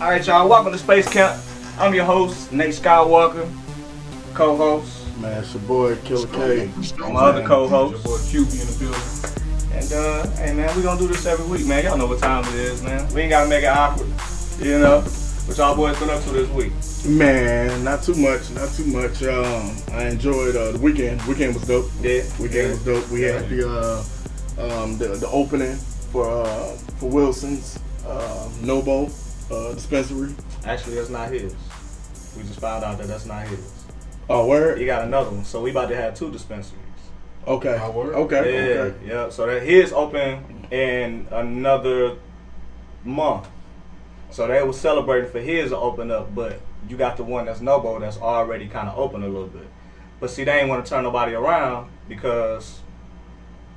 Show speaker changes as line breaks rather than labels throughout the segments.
All right, y'all. Welcome to Space Camp. I'm your host, Nate Skywalker, co-host,
Man, it's your boy Killer K.
my other co-host,
Boy, QB in the building.
and uh, hey man, we gonna do this every week, man. Y'all know what time it is, man. We ain't gotta make it awkward, you know. What y'all boys been up to this week?
Man, not too much, not too much. Um, I enjoyed uh, the weekend. Weekend was dope.
Yeah,
Weekend was dope. We had the uh, um, the, the opening for uh, for Wilson's uh, Nobo uh, dispensary.
Actually, that's not his. We just found out that that's not his.
Oh,
He
word.
got another one, so we about to have two dispensaries.
Okay.
My word.
Okay.
Yeah,
Okay.
yeah. So that his open in another month. So they were celebrating for his to open up, but you got the one that's Nobo that's already kind of open a little bit. But see, they ain't want to turn nobody around because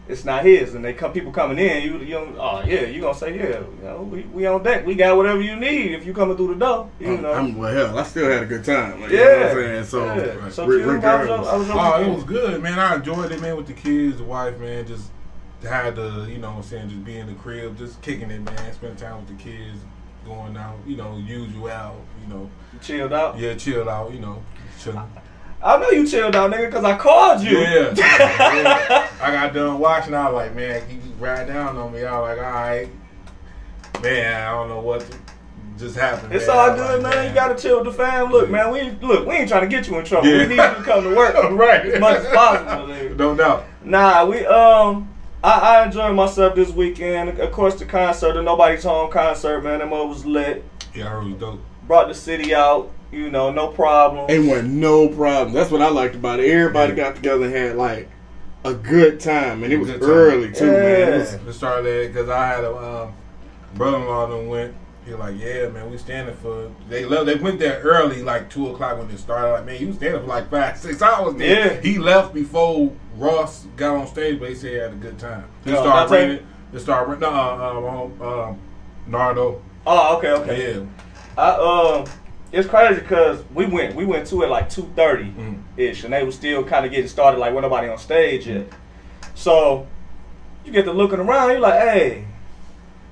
it's not his, and they come people coming in. You, you, don't- oh yeah, you gonna say yeah, you know, we, we on deck, we got whatever you need if you coming through the door, you
I'm,
know.
I'm- well, hell, I still had a good time. Like,
yeah,
You know what I'm saying? So,
yeah. so
re-
you know, I was,
regardless.
I was,
Oh, it was good, man. I enjoyed it, man, with the kids, the wife, man. Just had to, you know what I'm saying, just be in the crib, just kicking it, man. Spend time with the kids, going out, you know, usual out, you know.
chilled out.
Yeah, chill out, you know. Chilling.
I know you chilled out, nigga, cause I called you.
Yeah. yeah. I got done watching. I was like, man, you just ride down on me. I was like, all right. Man, I don't know what to- just happened.
It's
man. I
all
was
good,
like,
man. You gotta chill with the fam. Look, man, we look, we ain't trying to get you in trouble.
Yeah.
We need you to come to work
Right.
as much as possible. nigga.
No doubt.
Nah, we um, I, I enjoyed myself this weekend. Of course, the concert, the Nobody's Home concert, man. That mother was lit.
Yeah, I heard it was dope.
Brought the city out. You know, no problem.
It wasn't no problem. That's what I liked about it. Everybody got together and had like a good time, and it was
Good time.
early too, man. It was-
Yeah.
Let's start there because I had a um, brother-in-law that went. He like, yeah, man, we standing for. They left. They went there early, like two o'clock when it started. Like, man, you was standing for like five, six hours. man."
Yeah.
He left before Ross got on stage, but he said he had a good time. They
Yeah,
started
Dante?
raining. It started raining. No, uh, uh, um, Nardo.
Oh, okay, okay.
Yeah.
I um, it's crazy because we went we went to it like two thirty
Mm.
ish, and they was still kind of getting started like when nobody on stage yet. So you get to looking around, you're like, hey,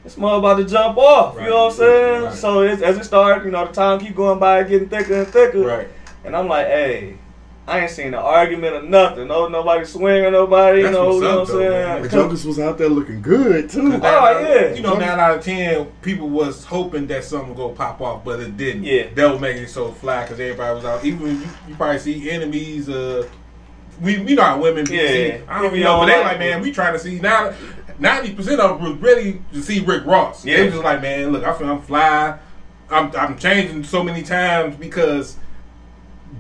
this mother about to jump off. You
Right.
know what I'm saying?
Right.
So it's, as it started, you know, the time keep going by, getting thicker and thicker.
Right.
And I'm like, hey. I ain't seen an argument or nothing. No, nobody swing or nobody.
That's
no,
what's
you know
up,
what I'm
though, man.
The
saying?
jokers was out there looking good too.
Oh, yeah.
You know, nine out of ten people was hoping that something would go pop off, but it didn't.
Yeah.
that was making it so fly because everybody was out. Even you, you probably see enemies. Uh, we you know how women be.
Yeah.
see, I don't
We
even know, but they
don't like
like, man, we trying to see now. Ninety percent of them was ready to see Rick Ross.
Yeah.
They was just like, man, look, I feel I'm fly. I'm I'm changing so many times because.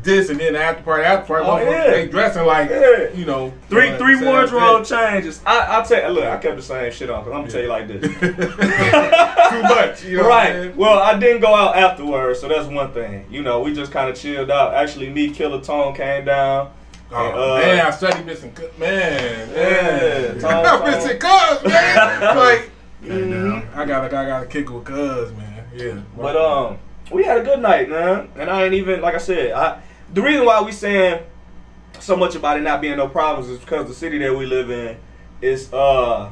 This and then the after party, after party,
Oh,
motherfuckers,
yeah.
they dressing like
Yeah.
you know
Three,
uh,
three
Sam
wardrobe
Smith.
changes. I, I tell, look, I kept the same shit on. i I'm gonna tell you like this.
Too much, you know what I'm
right.
saying?
Well, I didn't go out afterwards, so that's one thing. You know, we just kind of chilled out. Actually, me, Killer Tone came down. And,
Oh,
uh,
man, I study missing cut. Man, man.
Yeah, Tom, Tom.
I'm missing cuz, man. like,
Mhm.
I gotta, I gotta kick with cuz, man. Yeah.
But um, we had a good night, man. And I ain't even like I said. I the reason why we saying so much about it not being no problems is because the city that we live in is uh.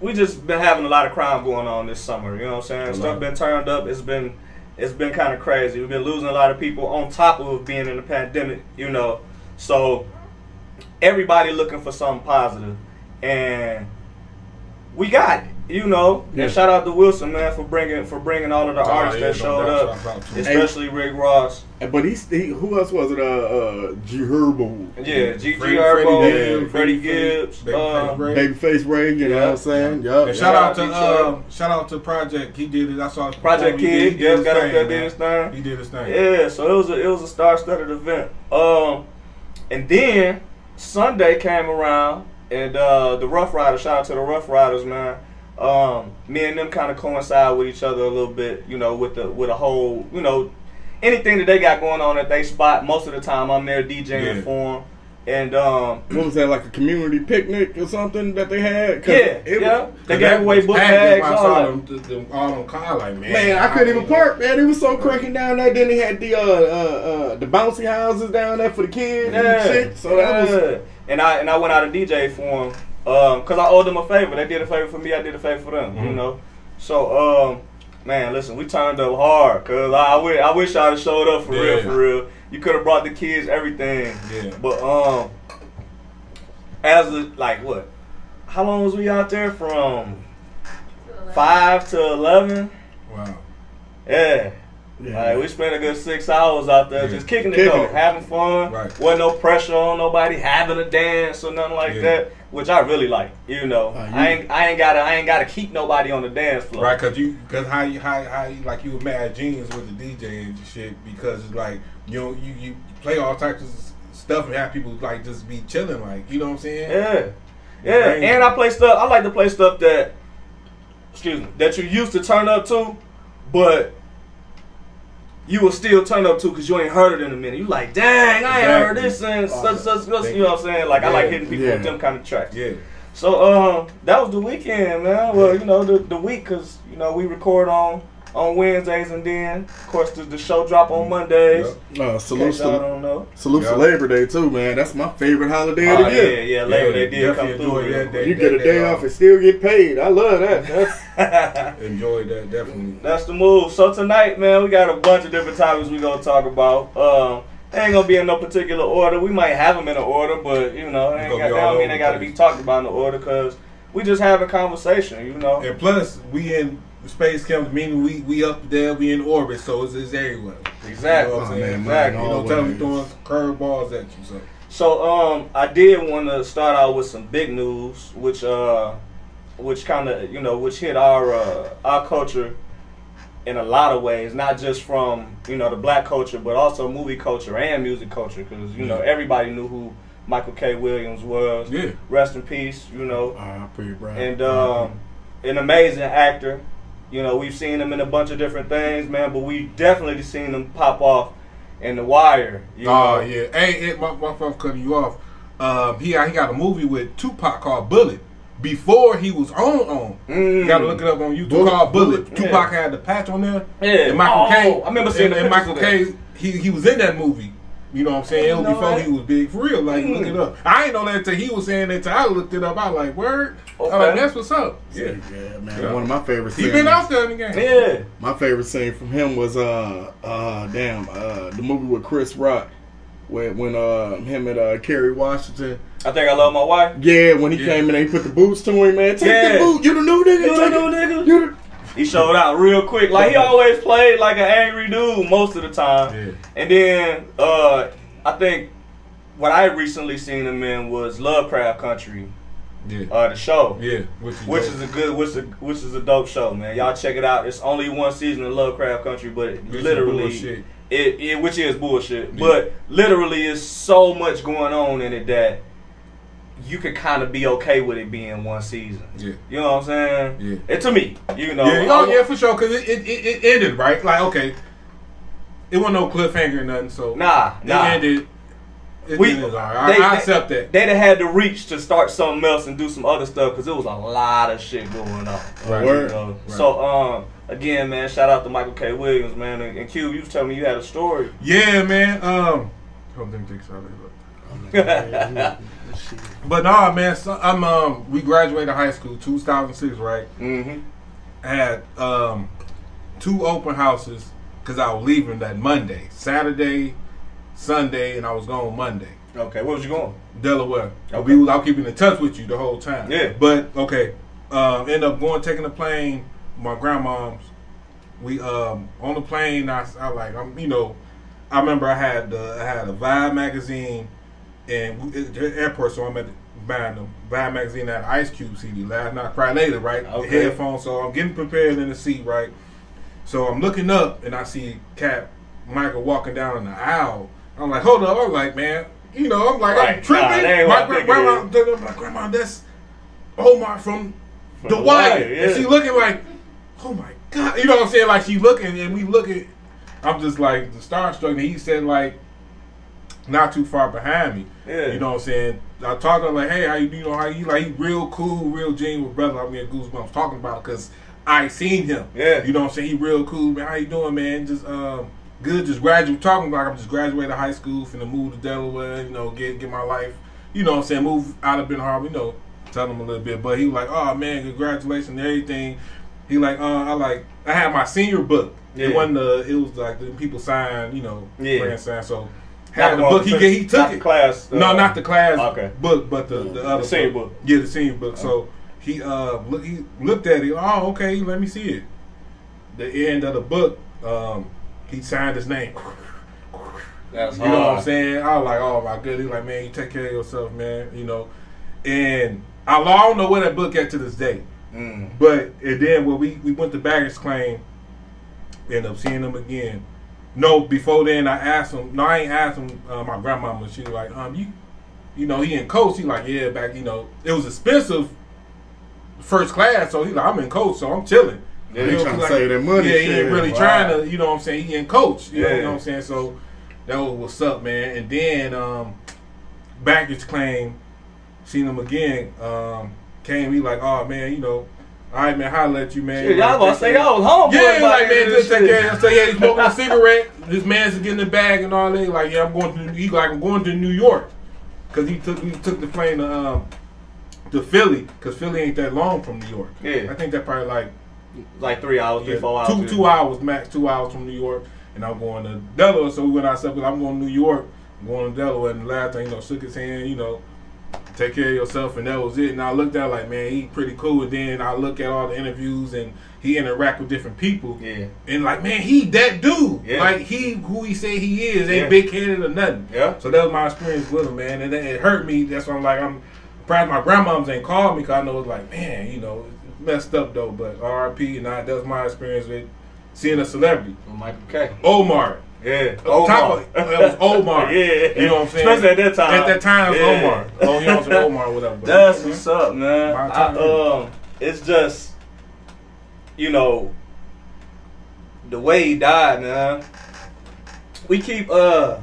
We just been having a lot of crime going on this summer. You know what I'm saying? Stuff
lot.
been turned up. It's been, it's been kind of crazy. We've been losing a lot of people on top of being in the pandemic. You know, so everybody looking for something positive, and we got it. You know,
Yeah.
and shout out to Wilson man for bringing for bringing all of the
Oh,
artists
yeah,
that
no
showed
doubt,
up,
shout out to him.
especially Rick Ross.
But he, he, who else was it? Uh, uh G Herbo,
Yeah, G.G.
Freddie-
Herbo,
Freddie
Freddie, Gibbs.
Gibbs, Baby
uh,
Freddie Gray.
Babyface Ray. You know
Yeah.
what I'm saying? Yeah.
And shout out to
Shout out Detroit.
um, shout out to Project. He did it. I saw it
Project
before. He did-
Kid,
he
yeah,
did
got up
his
there
thing,
did his thing.
man. He did his thing.
Yeah, so it was a it was a star-studded event. Um, and then Sunday came around, and uh, the Rough Riders. Shout out to the Rough Riders, man. Um, me and them kind of coincide with each other a little bit, you know, with the with a whole, you know, anything that they got going on at they spot. Most of the time, I'm there DJing
Yeah.
for them, and um,
What was that like a community picnic or something that they had? 'Cause
yeah,
it-
yeah, they gave
Cause that
away
was
book
packed, that's
bags.
why I
All
saw
that.
them, th- them, all them cars. Like, man,
Man, I couldn't even
mean,
park, man. It was so cracking down there. Then they had the uh, uh, uh, the bouncy houses down there for the kids
Yeah.
and shit. So that was
Yeah. and I and I went out and DJ for um, him
Mm-hmm.
because I owed them a favor. They did a favor for me. I did a favor for them. You
Mhm.
know, so um, Man, listen, we turned up hard, cause I, I wish I wish I'd have showed up for real,
Yeah.
for real. You could have brought the kids, everything.
Yeah.
But um, as a, like what? How long was we out there from five to eleven?
Wow.
Yeah.
Yeah.
Like we spent a good six hours out there
Yeah.
just kicking it
Kicking
though,
it.
having fun.
Right.
Wasn't no pressure on nobody, having a dance or nothing like
Yeah.
that, which I really like. You know,
Ah, you-
I ain't I ain't gotta I ain't gotta keep nobody on the dance floor.
Right, cause you, cause how you, how, how you, like you were mad genius with the DJ and shit because it's like you know you you play all types of s- stuff and have people like just be chilling like you know what I'm saying?
Yeah. Yeah,
Crazy.
and I play stuff. I like to play stuff that, excuse me, that you used to turn up to, but you will still turn up to because you ain't heard it in a minute. You like, dang, I ain't heard this since such such such. You know what I'm saying? Like I like hitting people with
Yeah.
them kind of tracks.
Yeah.
So um, that was the weekend, man. Well, you know the the week because you know we record on on Wednesdays and then of course the, the show drop on Mondays.
Yep.
Uh,
In case
salute
y'all
to,
don't know.
salute
Yeah.
to Labor Day too, man. That's my favorite holiday
Oh,
of the
yeah, uh,
year.
yeah, later they
Yeah,
did come
definitely
through.
enjoyed
real
that
quick.
You get a day
That day
off
off.
and still get paid. I love that. That's
Enjoy that definitely.
That's the move. So tonight, man, we got a bunch of different topics we gonna talk about. Um, they ain't gonna be in no particular order. We might have them in an order, but you know, they
It's
ain't
gonna
got,
be
that
all
don't mean
over
they
the
gotta be
place.
talked about in the order because we just have a conversation. You know,
And plus we in space camp meaning we we up there we in orbit so it's, it's everywhere.
exactly, Oh,
You know what I'm saying?
exactly.
You know, tell me
Always.
throwing curveballs at you so.
So um, I did want to start out with some big news, which uh, which kind of you know which hit our uh, our culture in a lot of ways, not just from you know the black culture, but also movie culture and music culture, because you know
Yeah.
everybody knew who Michael K. Williams was.
Yeah. Uh-huh.
Rest in peace, you know
R.I.P. Brian.
and um, an amazing actor. You know, we've seen him in a bunch of different things, man, but we definitely seen him pop off in The Wire. You
Oh
know?
yeah. Hey, hey my my fault for cutting you off. Um, he he got a movie with Tupac called Bullet. Before he was on on,
Mm.
you gotta look it up on YouTube.
Bullet,
called Bullet.
Bullet,
Tupac
yeah.
had the patch on there.
Yeah.
And Michael
Oh,
K.
I remember seeing
and,
the
and
pictures
Michael
of that.
K. He he was in that movie. You know what I'm saying? It was
You know
before
what?
he was big for real. Like
Mm.
look it up. I ain't know that until he was saying that. Until I looked it up. I like word. I'm
Okay.
like that's what's up.
yeah,
Yeah.
man.
Yeah.
One of my favorite.
He
scenes.
been out there in the game.
Yeah.
My favorite scene from him was uh uh damn uh the movie with Chris Rock, where when uh him and uh Kerry Washington.
I think I love my wife.
Yeah, when he
Yeah.
came in, and he put the boots to him, man. Take
Yeah.
the boot. You the new nigga.
You the
take
new
it.
nigga.
You the
He showed out real quick. Like he always played like an angry dude most of the time.
Yeah.
And then uh, I think what I recently seen him in was Lovecraft Country,
Yeah.
uh, the show.
Yeah. Which is,
Which is a good, which is a, which is a dope show, man. Y'all check it out. It's only one season of Lovecraft Country, but it
Which is
literally,
bullshit.
it, it which is bullshit,
Yeah.
but literally, is so much going on in it that you could kind of be okay with it being one season.
Yeah.
You know what I'm saying?
Yeah.
And to me, you know,
Yeah, oh
I-
yeah, for sure. Cause it, it, it, it ended right. Like okay, it wasn't no cliffhanger or nothing. So
Nah,
it
nah.
ended. It
We-
ended all right.
they-
I, I
they-
accept that.
They'd have had the reach to start something else and do some other stuff because it was a lot of shit going on.
Right.
You
Word.
know?
Right.
So, um, again, man, shout out to Michael K. Williams, man. And, and Q, you was telling me you had a story.
yeah, man. Um, hold them dicks out of here.
Shit.
But nah, man. So, I'm um. We graduated high school 2006, right?
Mm-hmm.
had um, two open houses because I was leaving that Monday, Saturday, Sunday, and I was going Monday.
Okay, where was you going?
Delaware.
Okay.
We was, I was keeping in touch with you the whole time.
Yeah.
But okay, um, end up going taking the plane. My grandmom's. We um on the plane. I, I like I'm you know, I remember I had uh, I had a Vibe magazine, and we, at the airport. So I'm at the, buying the Vibe magazine that Ice Cube CD. Last night, cry later. Right. The
Okay.
headphones. So I'm getting prepared in the seat. Right. So I'm looking up and I see Cap Michael walking down the aisle. I'm like, hold up. I'm like, man, you know, I'm like,
Right.
I'm
Nah,
tripping.
that ain't
my
what I
gra- grandma,
figured
I'm like, grandma, that's Omar from, The
The
Wire.
Wire,
And
yeah.
she looking like, oh my God. You know what I'm saying? Like, she looking and we looking. I'm just like, the starstruck. And he said, like, not too far behind me.
Yeah.
You know what I'm saying? I talked to him like, hey, how you, you know, how you like, he real cool, real genuine brother. I mean, goosebumps talking about because I seen him.
Yeah.
You know what I'm saying? He real cool, man. How you doing, man? Just um, good. Just graduate. Talking like I'm just graduated high school, finna move to Delaware. You know, get get my life. You know what I'm saying? Move out of Ben Harbor. You know, tell him a little bit. But he was like, oh man, congratulations and everything. He like, uh, I like, I had my senior book.
Yeah.
It wasn't the, it was like the people sign, you know,
Yeah.
grand sign. So
Not
had the book, he
one-
get, he took
not the
it.
class. uh,
No, not the class
Okay.
book, but the, the other
senior book.
Yeah, the senior book. So he uh look, he looked at it. Oh, okay, let me see it. The end of the book, um, he signed his name.
That's
You know what I'm
hard.
saying? I was like, oh my goodness. He's like, man, you take care of yourself, man. You know, and I, I don't know where that book at to this day.
Mm.
But and then when we, we went to Baggett's claim, end up seeing him again. No, before then I asked him. No, I ain't asked him. Uh, my grandmama, she was like, um, you, you know, he in coach. He like, yeah, back, you know, it was expensive, first class. So he like, I'm in coach, so I'm chilling.
Yeah,
You
he
know,
tryna
he like-
save that money,
Yeah, he ain't
shit.
really
Wow.
trying to. You know what I'm saying? He in coach. You know,
Yeah.
you know what I'm saying? So that was what's up, man. And then um, Baggett's claim seen him again. Um, came, he like, oh man, you know, all right, man, holla at you, man.
Shit, y'all gonna say y'all was homeboy.
Yeah, like man, just take care.
care.
of So yeah, he's smoking a cigarette. This man's getting the bag and all that. Like yeah, I'm going to. He like I'm going to New York because he took he took the plane to um to Philly because Philly ain't that long from New York.
Yeah.
I think that probably like
Like three hours, three,
yeah,
four hours.
two two hours max, two hours from New York, and I'm going to Delaware. So we went out separate. I'm going to New York, I'm going to Delaware, and the last thing you know, shook his hand, you know, take care of yourself, and that was it. And I looked at it like, man, he pretty cool. And then I look at all the interviews and he interact with different people,
Yeah.
and like, man, he that dude,
Yeah.
like he who he said he is, ain't
Yeah.
big headed or nothing.
Yeah.
So that was my experience with him, man, and it, it hurt me. That's why I'm like, I'm proud my grandmoms ain't called me because I know it's like, man, you know, it's messed up though. But R.I.P. and I, that's my experience with seeing a celebrity,
Michael K.
Omar.
Yeah.
On top of- that was Omar.
yeah.
You know what I'm saying?
Especially at that time.
At that time, it was
Yeah.
Omar. Oh, you know what I'm saying? Omar, or whatever. Mm-hmm. But,
That's what's up, man.
My
I,
time.
um, it's just, you know, the way he died, man. We keep uh,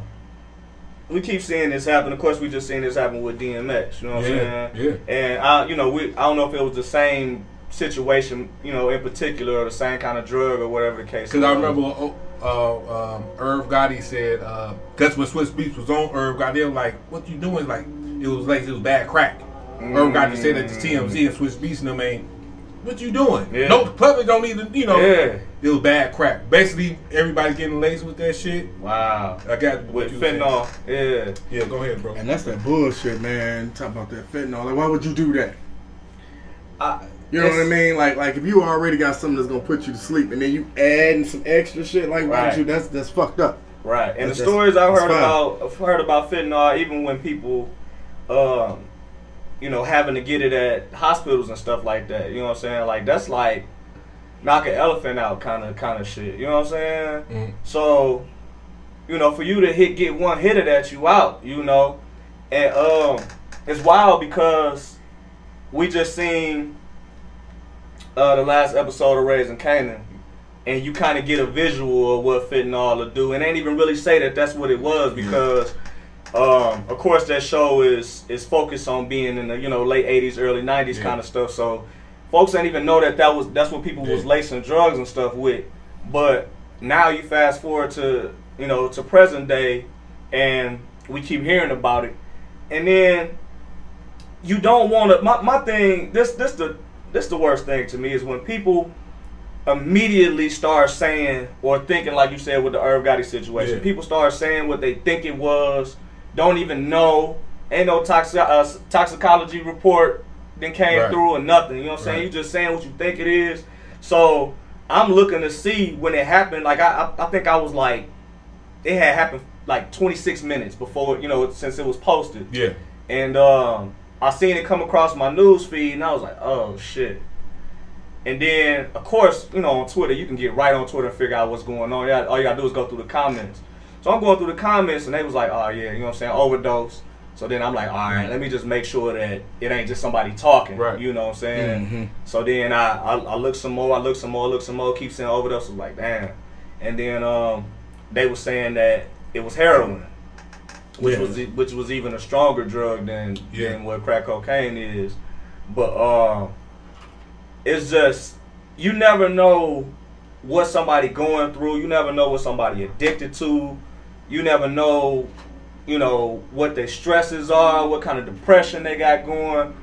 we keep seeing this happen. Of course, we just seen this happen with DMX. You know what
Yeah,
I'm saying? Yeah. And I, you know, we I don't know if it was the same situation, you know, in particular, or the same kind of drug or whatever the case.
Because I
was.
remember uh, uh, um, Irv Gotti said, because when Swiss Beats was on, Irv Gotti they were like, what you doing? Like, it was like, it was bad crack. Irv Gotti said that to TMZ and Swiss Beats and them ain't, what you doing?
Mm. Yeah.
No, the public don't even, you know,
Yeah.
it was bad crack. Basically, everybody getting laced with that shit.
Wow.
I got what
With
you was
fentanyl. Yeah.
saying. Yeah, go ahead, bro.
And that's that bullshit, man. Talk about that fentanyl. Like, why would you do that?
Ah,
I,
You know what I
it's-
mean? Like, like if you already got something that's gonna put you to sleep, and then you adding some extra shit, like, why
Right.
would you? That's that's fucked up.
Right, and
That's-
the stories I've
that's
heard
fine.
about I've heard about fentanyl, even when people, um, you know, having to get it at hospitals and stuff like that. You know what I'm saying? Like that's like knock an elephant out kind of kind of shit. You know what I'm saying?
Mm-hmm.
Mhm.
So, you know, for you to hit get one hit of that, you out. You know, and um, it's wild because we just seen uh, the last episode of Raising Canaan, and you kind of get a visual of what fentanyl will do, and ain't even really say that that's what it was because, um, of course, that show is is focused on being in the you know late '80s, early '90s
Yeah.
kind of stuff. So, folks didn't even know that that was that's what people was
Yeah.
lacing drugs and stuff with. But now you fast forward to you know to present day, and we keep hearing about it, and then you don't want to. My, my thing, this this the this the worst thing to me is when people immediately start saying or thinking, like you said with the Irv Gotti situation.
Yeah.
People start saying what they think it was, don't even know. Ain't no toxic uh, toxicology report then came
Right.
through or nothing. You know what I'm saying?
Right.
You just saying what you think it is. So I'm looking to see when it happened. Like I, I, I think I was like, it had happened like 26 minutes before you know since it was posted.
Yeah.
And um, I seen it come across my news feed, and I was like, oh shit. And then, of course, you know, on Twitter, you can get right on Twitter and figure out what's going on. Yeah, All you gotta do is go through the comments. So I'm going through the comments, and they was like, oh yeah, you know what I'm saying, overdose. So then I'm like, all right, let me just make sure that it ain't just somebody talking.
Right.
You know what I'm saying? So then I, I I look some more, I look some more, I look some more, keep saying overdose. I'm like, damn. And then um, they were saying that it was heroin which
Yeah.
was e- which was even a stronger drug than
Yeah.
than what crack cocaine is. But um, it's just you never know what somebody going through. You never know what somebody addicted to. You never know, you know, what their stresses are, what kind of depression they got going.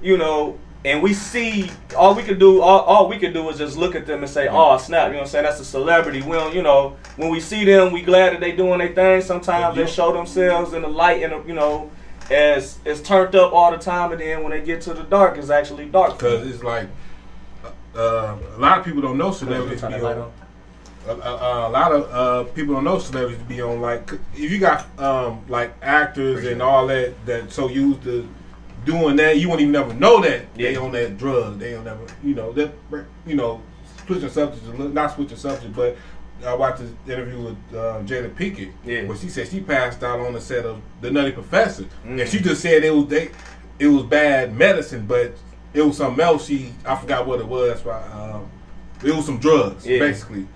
You know, and we see all we can do all, all we can do is just look at them and say oh snap you know what i'm saying that's a celebrity we don't you know when we see them we glad that they doing their thing sometimes
Yeah.
they show themselves in the light and the- you know as it's turned up all the time and then when they get to the dark it's actually dark for
Because
them.
it's like uh, a lot of people don't know celebrities
Turn
be
that
on.
light
Uh,
on.
uh, a lot of uh, people don't know celebrities be on. Like if you got um, like actors and all that that so used to doing that, you won't even never know that they
Yeah.
on that drug. They don't never you know that you know switching subjects, a little- not switching subjects, but. I watched this interview with uh, Jada Pinkett,
Yeah.
where she said she passed out on the set of The Nutty Professor,
Mm.
and she just said it was they, it was bad medicine, but it was something else. She I forgot what it was. That's why um, it was some drugs
Yeah.
basically.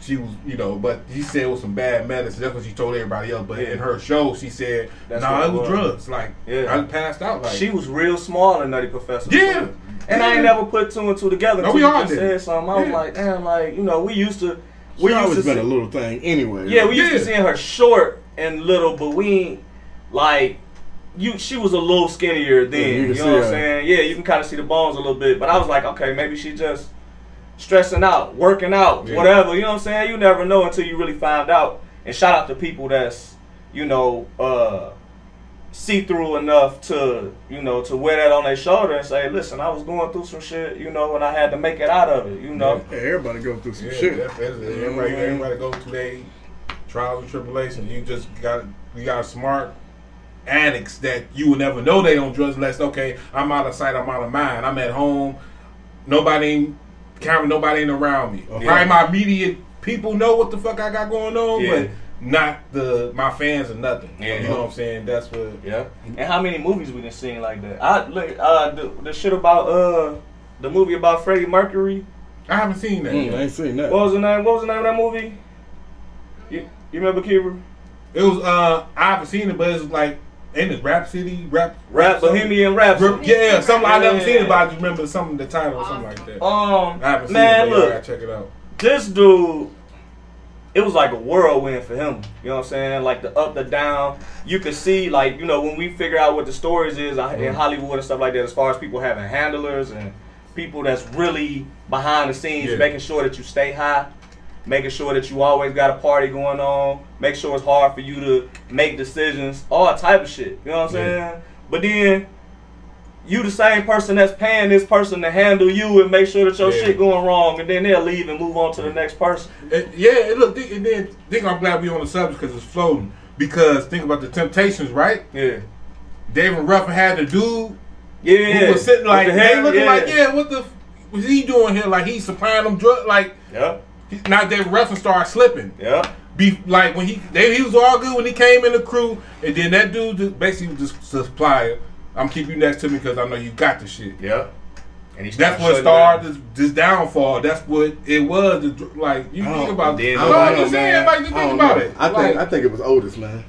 She was, you know, but she said it was some bad medicine. That's what she told everybody else. But
Yeah.
in her show, she said,
That's
"Nah,
what
it
it
was,
was.
drugs. Like
Yeah.
I passed out. Like
she was real small in Nutty Professor. too.
Yeah.
And I ain't
Yeah.
never put two and two together.
No,
until
we
you
all
just
did.
said something. I was
Yeah.
like, damn, like, you know, we used to we
She
used to
always been
see-
a little thing anyway.
Yeah, we used
Yeah.
to seeing her short and little, but we ain't like you. She was a little skinnier then.
Yeah, you
you know
can see
what I'm
her.
saying? Yeah, you can kind of see the bones a little bit. But I was like, okay, maybe she just stressing out, working out,
Yeah.
whatever. You know what I'm saying? You never know until you really find out. And shout out to people that's you know uh, see through enough to you know to wear that on their shoulder and say, listen, I was going through some shit, you know, and I had to make it out of it, you know.
Yeah, everybody go through some
yeah,
shit.
that's- that's-
You know
Mm-hmm.
what
everybody,
I mean?
everybody go through their trials and tribulations. You just got you got smart addicts that you will never know they on drugs unless okay, I'm out of sight, I'm out of mind, I'm at home, nobody, ain't- camera, nobody ain't around me.
Okay.
Probably my immediate people know what the fuck I got going on,
Yeah.
but not the my fans or nothing.
Yeah.
You know what I'm saying? That's what.
Yeah. And how many movies we done seen like that? I look uh the, the shit about uh the movie about Freddie Mercury.
I haven't seen that.
Mm, I
yet.
ain't seen that.
What was the name? What was the name of that movie? You, you remember Kiefer?
It was uh, I haven't seen it, but it's like in the rap city rap
Rap
song.
Bohemian Rhapsody.
Rip- Yeah, something I never seen it,
Yeah.
but I just remember something, the title or something like that.
Um
I haven't
man,
seen it, but
look,
I gotta check it out.
this dude, it was like a whirlwind for him. You know what I'm saying? Like the up, the down. You could see, like, you know, when we figure out what the stories is uh,
Mm-hmm.
in Hollywood and stuff like that, as far as people having handlers and people that's really behind the scenes,
Yeah.
making sure that you stay high, making sure that you always got a party going on, make sure it's hard for you to make decisions, all type of shit. You know what I'm
Yeah.
saying? But then you the same person that's paying this person to handle you and make sure that your
Yeah.
shit going wrong, and then they'll leave and move on to the next person.
It, yeah, it look, thi- and then think I'm glad we on the subject because it's floating. Because think about the Temptations, right?
Yeah,
David Ruffin had the dude
yeah.
who was sitting like,
With the
they
hair,
looking like, yeah, what the f- was he doing here? Like he supplying them drug, like
yep,
he- now David Ruffin started slipping.
yep.
Be like when he they, he was all good when he came in the crew, and then that dude just, basically was just supplier. I'm keeping you next to me because I know you got the shit.
Yep. And he's
That's what started this, this downfall. That's what it was. The dr- Like you
I
think
don't-
about
I
it.
don't
No, I'm
know,
just saying, like you
I
think
don't
about
know.
it.
I think I
Like,
think it was Otis, man.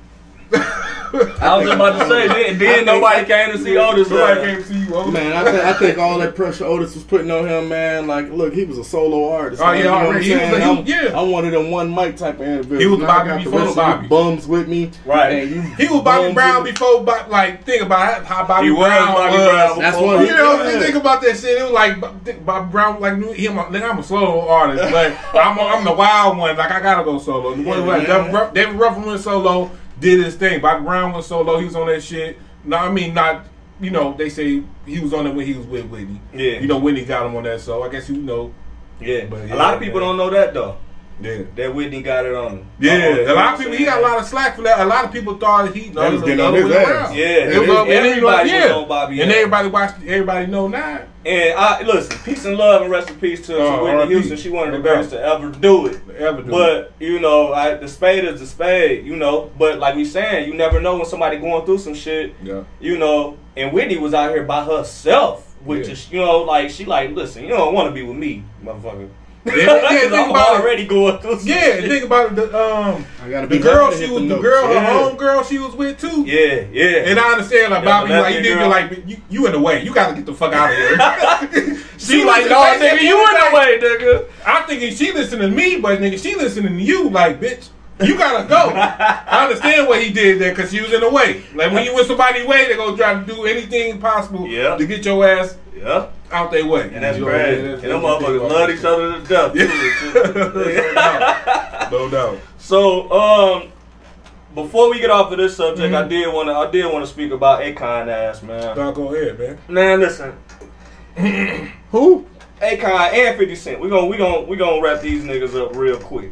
I was about to say, then, then nobody came to see Otis.
Nobody
uh,
came to see you. oh. Otis.
Man, I, th- I think all that pressure Otis was putting on him, man. Like, look, he was a solo artist.
Oh,
man,
yeah,
you know what
already. He was
I'm
like-
saying?
he-
I'm-
yeah.
I wanted a one mic type of interview.
He was
Now I
Bobby
got the
before
rest of
Bobby.
you Bums with me,
Right.
And you
he was Bobby
bums
Brown
with me.
before. Bob, like think about how, how Bobby
He was
Brown
Bobby
was.
Brown.
That's what
You know,
Oh, Yeah.
just think about that shit. It was like Bob- think Bobby Brown, like knew him. Like I'm a solo artist, but I'm a, I'm the wild one. Like I gotta go solo. The one
Yeah,
like
man.
David Ruff- David Ruffin went solo, did his thing. Bobby Brown went solo. He was on that shit. No, I mean not. You know, they say he was on it when he was with Whitney.
Yeah.
You know, Whitney got him on that. So I guess you know.
yeah.
But
a lot
yeah,
of people
man.
don't know that though.
Yeah.
That Whitney got it on.
Yeah,
Uh-oh,
a lot of people. He got a lot of slack for that. A lot of people thought he no,
They was
no,
getting
no,
on
no,
his
no, no.
ass.
Yeah.
It was-
Everybody
everybody-
was
yeah.
on Bobby
and
Brown.
everybody watched. Everybody know now.
And I listen, peace and love and rest in peace to, to
Oh,
Whitney
R.I.P.
Houston. She one of the
No doubt.
greatest to ever do it.
Ever do it.
But you know, I, the spade is the spade. You know, but like we saying, you never know when somebody going through some shit.
yeah.
You know, and Whitney was out here by herself, which
Yeah.
is you know, like she like, listen, you don't want to be with me, motherfucker.
Yeah, yeah, think
'Cause I'm
about it.
already going through. Some
Yeah,
shit.
think about it. The, um,
I gotta
the
be
girl
ready to
she
hit
was,
the
the
notes.
girl,
Yeah.
her home girl she was with too.
yeah, yeah.
And I understand like
Yeah,
Bobby,
the
like you did, you're
lesbian
like you, you in the way. You gotta get the fuck out of here.
she,
was
like,
just
no,
basically
nigga, you in
like-
the way, nigga.
I'm thinking she listening to me, but nigga, she listening to you. Like, bitch, you gotta go. I understand what he did there because she was in the way. Like when you in somebody's way, they gonna try to do anything possible
Yeah.
to get your ass
Yeah.
out their way.
And that's
You know,
crazy.
yeah, that's-
and them
that's-
motherfuckers love each other to death.
Yeah. no doubt. No doubt.
So, um, before we get off of this subject,
Mm-hmm.
I did want to I did want to speak about Akon ass man.
Dog, go ahead, man.
Man, listen,
Who?
Akon and Fifty Cent. We gonna we gonna we gonna wrap these niggas up real quick.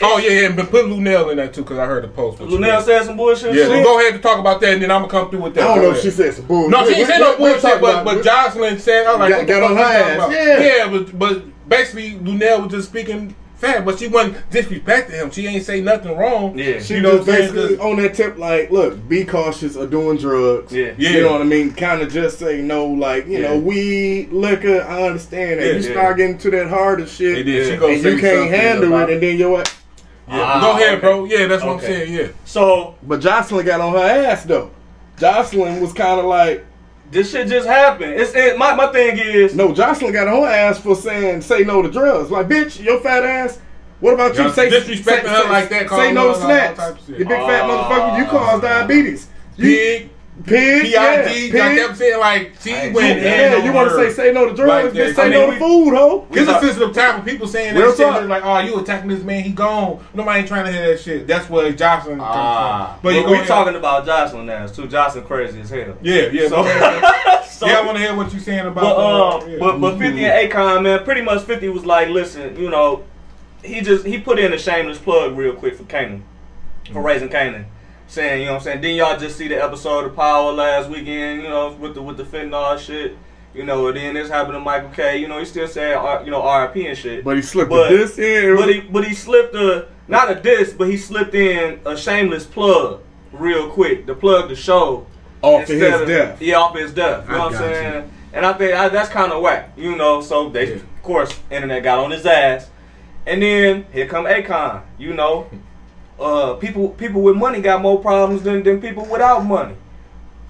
Oh yeah, yeah, but put Lunel in that too, cause I heard the post. what you
Lunel
did.
said some bullshit.
Yeah,
shit.
go ahead and talk about that, and then I'm gonna come through with
I
that.
don't
Go
know if
ahead.
she said some bullshit.
No, she
We-
ain't saying
we-
no
we'll talk
bullshit, but,
about it.
but Jocelyn said, I was like,
Got-
what
got
the
on
fuck
her
you talking
ass,
about?
yeah.
Yeah, but, but basically, Lunel was just speaking fat, but she wasn't disrespecting him. She ain't say nothing wrong.
Yeah.
She
you know
just
what I'm saying?
basically
Just-
on that tip, like, look, be cautious of doing drugs.
Yeah.
Yeah.
You know what I mean? Kind of just say no, like, you know,
Yeah.
weed, liquor, I understand that.
Yeah,
you
yeah.
start getting to that harder shit.
They did. She
Yeah.
gonna
and
say
you
something
can't handle
about
it, and then you're what?
Yeah.
Ah,
Go ahead,
okay.
bro. Yeah, that's what I'm
Okay.
saying. Yeah.
So
But Jocelyn got on her ass, though. Jocelyn was kind of like,
this shit just happened. It's it, my my thing is
no, Jocelyn got on her ass for saying, say no to drugs. Like, bitch, your fat ass. What about you?
Y'all
Say,
disrespecting
say-
her
say-
like that,
Say
calling
no
her
to
all types
snacks.
of shit.
You big
Oh.
fat motherfucker, you caused diabetes. You,
Pig,
pig,
P
yeah,
I D.
pig.
I kept saying like she
I ain't
went
sure.
Yeah,
in. on
you want to
her.
say say no to drugs,
Like that.
bitch, say
I
no
mean,
to food, ho.
It's
We
a
talk-
sensitive time when people saying
Real
that shit.
talk.
They're like, "Oh, you attacking this man? He gone. Nobody ain't trying to hear that shit." That's where Jocelyn comes
ah,
from.
but
you go
we
ahead.
talking about Jocelyn now too. Jocelyn crazy as hell.
Yeah, yeah.
So-
but-
So-
yeah, I want to hear what you're saying about.
But
uh,
um,
yeah.
but
Mm-hmm.
but Fifty and Akon, man, pretty much Fifty was like, listen, you know, he just he put in a shameless plug real quick for Canaan,
Mm-hmm.
for raising Canaan, saying you know what I'm saying. Then y'all just see the episode of Power last weekend, you know, with the with the fentanyl shit, you know. And then this happened to Michael K. You know, he still saying uh, you know RIP and shit.
But he slipped
But-
this in.
But he but he slipped a not a diss, but he slipped in a shameless plug real quick. The plug to show
off of his
instead
death.
Yeah, off his death. You
I
know what I'm
got
saying? And I think I, that's kind of whack, you know. So they,
Yeah.
of course, internet got on his ass, and then here come Akon. You know, uh, people people with money got more problems than than people without money.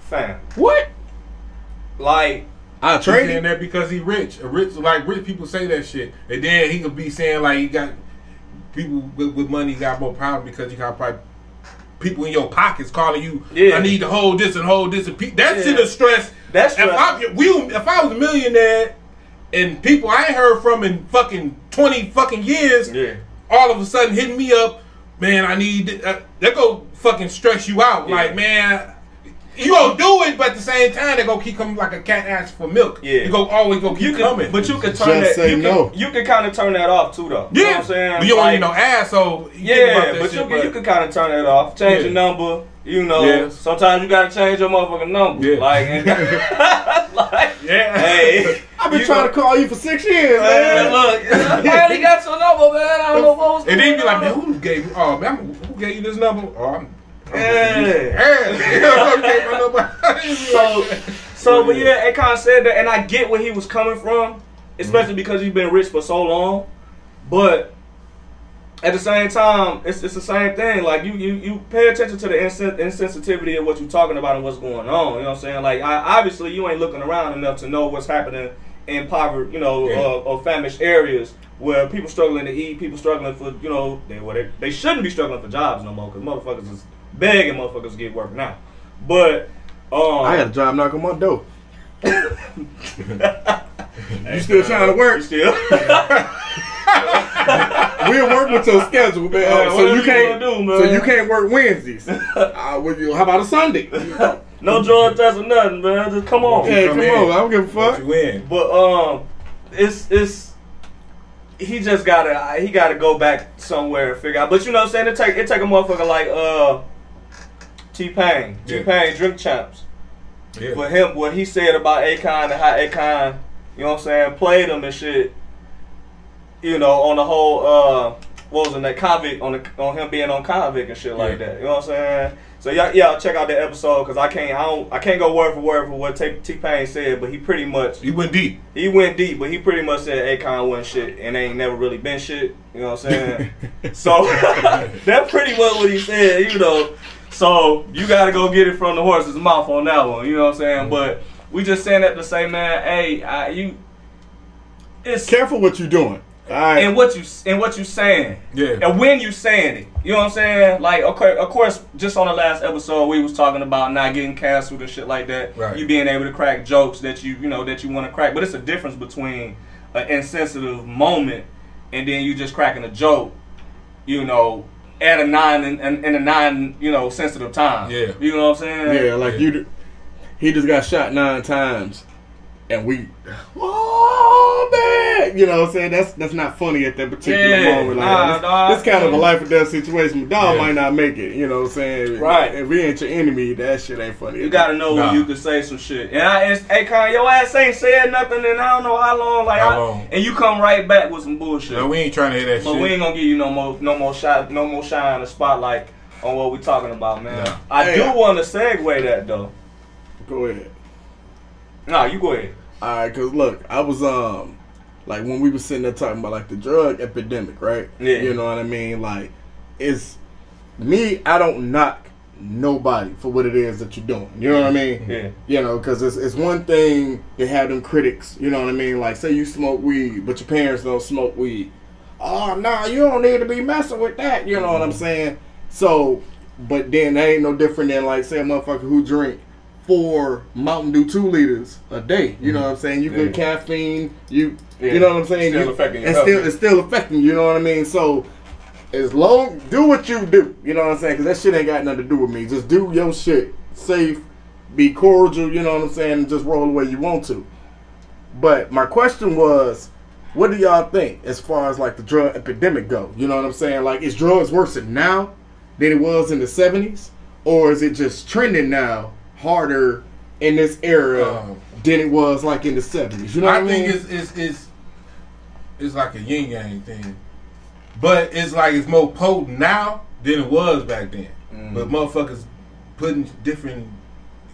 Fam,
What?
like
I
He's saying
traded.
that because he rich. A Rich, like rich people say that shit, and then he could be saying like he got people with, with money got more problems because you got probably people in your pockets calling you.
Yeah.
I need to hold this and hold this and pe- that
Yeah.
shit is stress.
That's
if
stress.
I we if I was a millionaire and people I ain't heard from in fucking twenty fucking years,
yeah,
all of a sudden hitting me up, man. I need uh, that go fucking stress you out.
Yeah.
Like man, you gonna do it, but at the same time they gonna keep coming like a cat asking for milk.
Yeah.
you go always gonna keep
you can,
coming.
but you can
Just
turn that.
say
you
no.
can, you can kind of turn that off too, though.
yeah,
you know what I'm saying
you don't
Like,
need no ass. So you think about
Yeah,
that
but
shit,
you can, you can kind of turn that off. Change your
Yeah.
number. You know,
Yeah.
sometimes you gotta change your motherfucking number.
Yeah.
Like, and- like,
yeah.
hey,
I've been
you
trying
go-
to call you for six years,
Man,
man.
look, I finally got your number, man. I don't know what was
And then you be
going
like, man,
on.
who gave you? Oh, man, I'm- who gave you this number? Oh, I'm. I'm
Yeah.
so,
So, so, but yeah, Akon said that, and I get where he was coming from, especially because he's been rich for so long. But at the same time, it's, it's the same thing. Like you, you, you pay attention to the insen- insensitivity of what you're talking about and what's going on. You know what I'm saying? Like, I, obviously, you ain't looking around enough to know what's happening in poverty, you know,
Yeah.
uh, or famished areas where people struggling to eat, people struggling for, you know, they well, they, they shouldn't be struggling for jobs no more because motherfuckers is begging motherfuckers to get work now. But um,
I had a job knock on my door. you still trying to work?
still.
We'll work with your schedule, man.
All right,
so
Oh, whatever
you
you
can't
gonna do, man.
So you can't work Wednesdays. uh, with you, how about a Sunday? Yeah,
no drug test or nothing, man. Just come on.
Yeah.
come
Come in.
on. I don't give a fuck.
you in?
But um, it's it's he just gotta he gotta go back somewhere and figure out. But you know what I'm saying? It take it take a motherfucker like uh T Pain,
Yeah.
T Pain, Drink Champs.
Yeah.
For him, what he said about Akon and how Akon, you know what I'm saying, played him and shit. You know, on the whole, uh, what was in that convict on the, on him being on convict and shit like
Yeah.
that. You know what I'm saying? So y'all, y'all check out that episode because I can't, I don't, I can't go word for word for what T Pain said, but he pretty much
you went deep.
he went deep, but he pretty much said Akon wasn't shit and ain't never really been shit. You know what I'm saying? so that's pretty much what he said, you know. So you gotta go get it from the horse's mouth on that one, you know what I'm saying? But we just saying that to say, man, hey, I, you, it's
Careful what you doing. All right.
and what you and what you saying,
Yeah.
and when you saying it. You know what I'm saying? Like, okay, of course, just on the last episode, we was talking about not getting canceled and shit like that.
Right.
You being able to crack jokes that you you know that you want to crack, but it's a difference between an insensitive moment and then you just cracking a joke. You know. At a nine and in, in a nine, you know, sensitive time.
Yeah.
you know what I'm saying.
yeah, like you. d- He just got shot nine times, and we. Oh man, you know what I'm saying? That's that's not funny at that particular
Yeah,
moment. Like,
nah,
this,
nah,
this kind of a
yeah.
life or death situation. My dog
Yeah.
might not make it. You know what I'm saying?
Right.
If we ain't your enemy, that shit ain't funny.
You gotta know
Nah.
when you can say some shit. And I, and, hey, Con, your ass ain't said nothing, and I don't know how long. Like,
How
I-
long?
and you come right back with some bullshit.
No, we ain't trying to hear that
but
shit.
we ain't gonna give you no more, no more shot, no more shine or spotlight on what we talking about, man.
Nah.
I
Hey,
do
I-
want to segue that though.
Go ahead.
Nah, you go ahead.
All right, cause look, I was um, like when we were sitting there talking about like the drug epidemic, right?
Yeah.
You know what I mean? Like, it's me. I don't knock nobody for what it is that you're doing. You know what I mean?
Yeah.
You know, because it's, it's one thing to have them critics. You know what I mean? Like, say you smoke weed, but your parents don't smoke weed. Oh, nah, you don't need to be messing with that. You know what I'm saying? So, but then that ain't no different than like say a motherfucker who drink four Mountain Dew two liters a day. You know what I'm saying? You
Mm-hmm. Yeah.
get caffeine. You
Yeah.
you know what I'm saying?
Still
You-
affecting your
it's
health.
still it's still affecting. You know what I mean? So as long do what you do, you know what I'm saying? Because that shit ain't got nothing to do with me. Just do your shit, safe, be cordial. You know what I'm saying? And just roll the way you want to. But my question was, what do y'all think as far as like the drug epidemic go? You know what I'm saying? Like, is drugs worse than now than it was in the '70s, or is it just trending now harder in this era
Um,
than it was like in the '70s? You know what I,
I
mean?
think it's it's it's it's like a yin yang thing, but it's like it's more potent now than it was back then.
Mm.
But motherfuckers putting different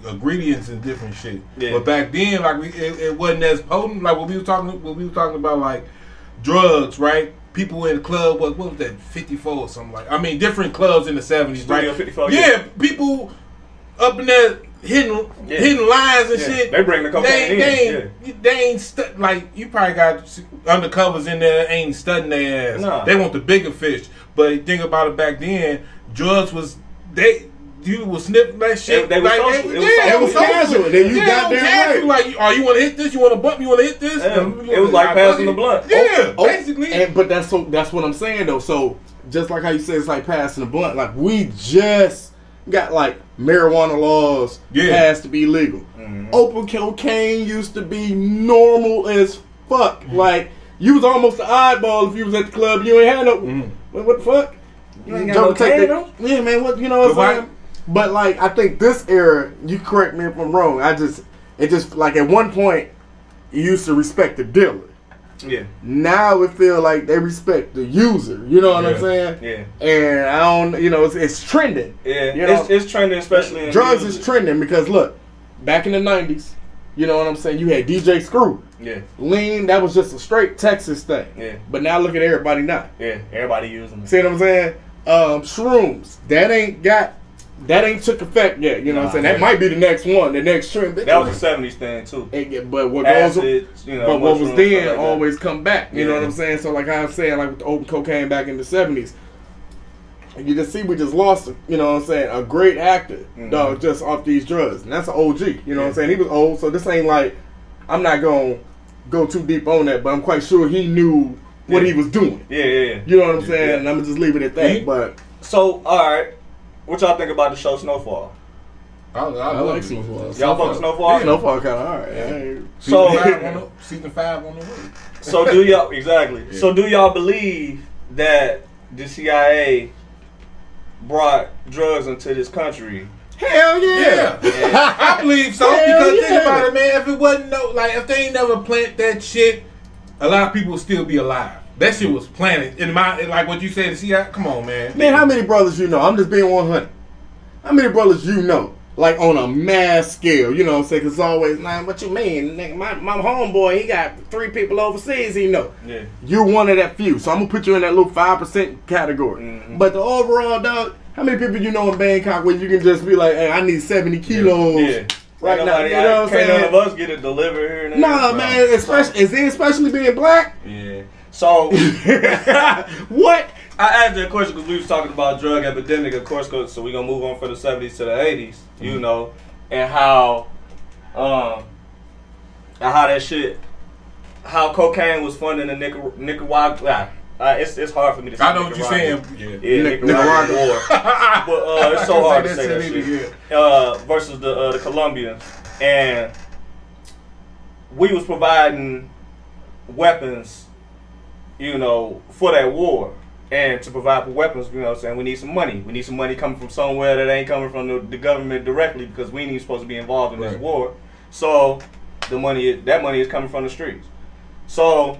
ingredients in different shit.
Yeah.
But back then, like we, it, it wasn't as potent. Like when we were talking, when we were talking about like drugs, right? People in the club, what, what was that, fifty four or something like? I mean, different clubs in the seventies,
Studio
right?
54,
yeah,
yeah.
people up in there hitting
Yeah.
hitting lines and
Yeah,
shit.
they bring the cocaine
they,
in,
They,
yeah.
you- they ain't stu- like you probably got s- undercovers in there ain't studying their ass.
Nah.
They want the bigger fish. But think about it back then, drugs was they you was sniffing that shit.
They- they was
like,
social. It was
yeah,
social.
it was
It was
casual.
social.
Then you
yeah,
goddamn
it was casual.
right.
Like, oh, you want to hit this? You want to bump? You want to hit this?
Yeah,
Um,
it was like
I
passing
fucking-
the blunt.
Yeah,
Oh,
basically.
And, but that's so that's what I'm saying though. So just like how you said, it's like passing the blunt. Like we just got like marijuana laws
Yeah. Mm-hmm.
has to be legal. Open cocaine used to be normal as fuck.
Mm-hmm.
Like you was almost an oddball if you was at the club. You ain't had no.
Mm-hmm.
What, what the fuck?
You ain't got
Don't
no can,
take that- Yeah, man. What you know what
But why-
I'm saying? But like I think this era, you correct me if I'm wrong. I just it just like at one point you used to respect the dealer
Yeah,
now it feel like they respect the user. You know what
Yeah.
I'm saying?
yeah,
And I don't, you know, it's, it's trending.
yeah.
You
it's,
know,
it's trending, especially in
drugs
music.
is trending because look, back in the '90s, you know what I'm saying? You had DJ Screw,
Yeah,
Lean. That was just a straight Texas thing.
Yeah.
But now look at everybody now.
yeah. Everybody using it.
See what I'm saying? Um, shrooms. That ain't got. That ain't took effect yet. You know what I'm
Nah,
saying? That
yeah.
might be the next one, the next trend. bitch.
That was a '70s thing too.
It get- but what goes
Acid, you know,
but what was
mushrooms,
then
stuff like that.
always come back. You know what
Yeah.
I'm saying? So like I was saying, like with the open cocaine back in the seventies, you just see we just lost, you know what I'm saying, a great actor,
Mhm.
dog, just off these drugs. And that's an OG. You know what
Yeah.
I'm saying? He was old, so this ain't like I'm not gonna go too deep on that, but I'm quite sure he knew what
Yeah.
he was doing.
Yeah, yeah, yeah.
You know what I'm saying?
Yeah.
And I'm gonna just leave it at that.
Mhm.
But
So, all right, what y'all think about the show Snowfall?
I,
I like
it.
Snowfall. Y'all
Y'all fuck with Snowfall?
Snowfall kind of all right. Yeah.
Season
So-
five on the- season five on the way.
So do y'all exactly?
Yeah.
So do y'all believe that the CIA brought drugs into this country?
Hell yeah!
Yeah. I believe so
Hell
because
yeah.
think about it, man. If it wasn't no, like if they ain't never plant that shit, a lot of people would still be alive. That shit was planted in my like what you said. See, I, come on, man.
Man, how many brothers you know? I'm just being 100. How many brothers you know? Like on a mass scale, you know what I'm saying? 'Cause it's always, man, what you mean? Nigga, my, my homeboy, he got three people overseas he know.
Yeah.
You're one of that few, so I'm gonna put you in that little 5% category.
Mhm.
But the overall, dog, how many people you know in Bangkok where you can just be like, hey, I need 70 kilos?
Yeah.
Right
Ain't
now,
nobody-
you know what I'm
can't
saying?
None of us get it delivered here. and
Nah,
there.
man, especially, is it especially being black?
Yeah. So what? I asked that question because we was talking about drug epidemic, of course. 'cause- so we gonna move on from the seventies to the 80s
Mm-hmm.
you know, and how, um, and how that shit, how cocaine was funding the Nicar- Nicaragua. Uh, it's it's hard for me to. Say
I know what you're saying.
Nicaragua.
Yeah.
Yeah,
Nic-
Nicaragua
Nicaragua.
war. But uh, it's so
I
hard to
can say
say
that
that
shit either,
shit. Uh, versus the uh, the Colombians, and we was providing weapons, you know, for that war. And to provide for weapons, you know what I'm saying, we need some money. We need some money coming from somewhere that ain't coming from the, the government directly because we ain't even supposed to be involved in
Right.
this war. So the money that money is coming from the streets. So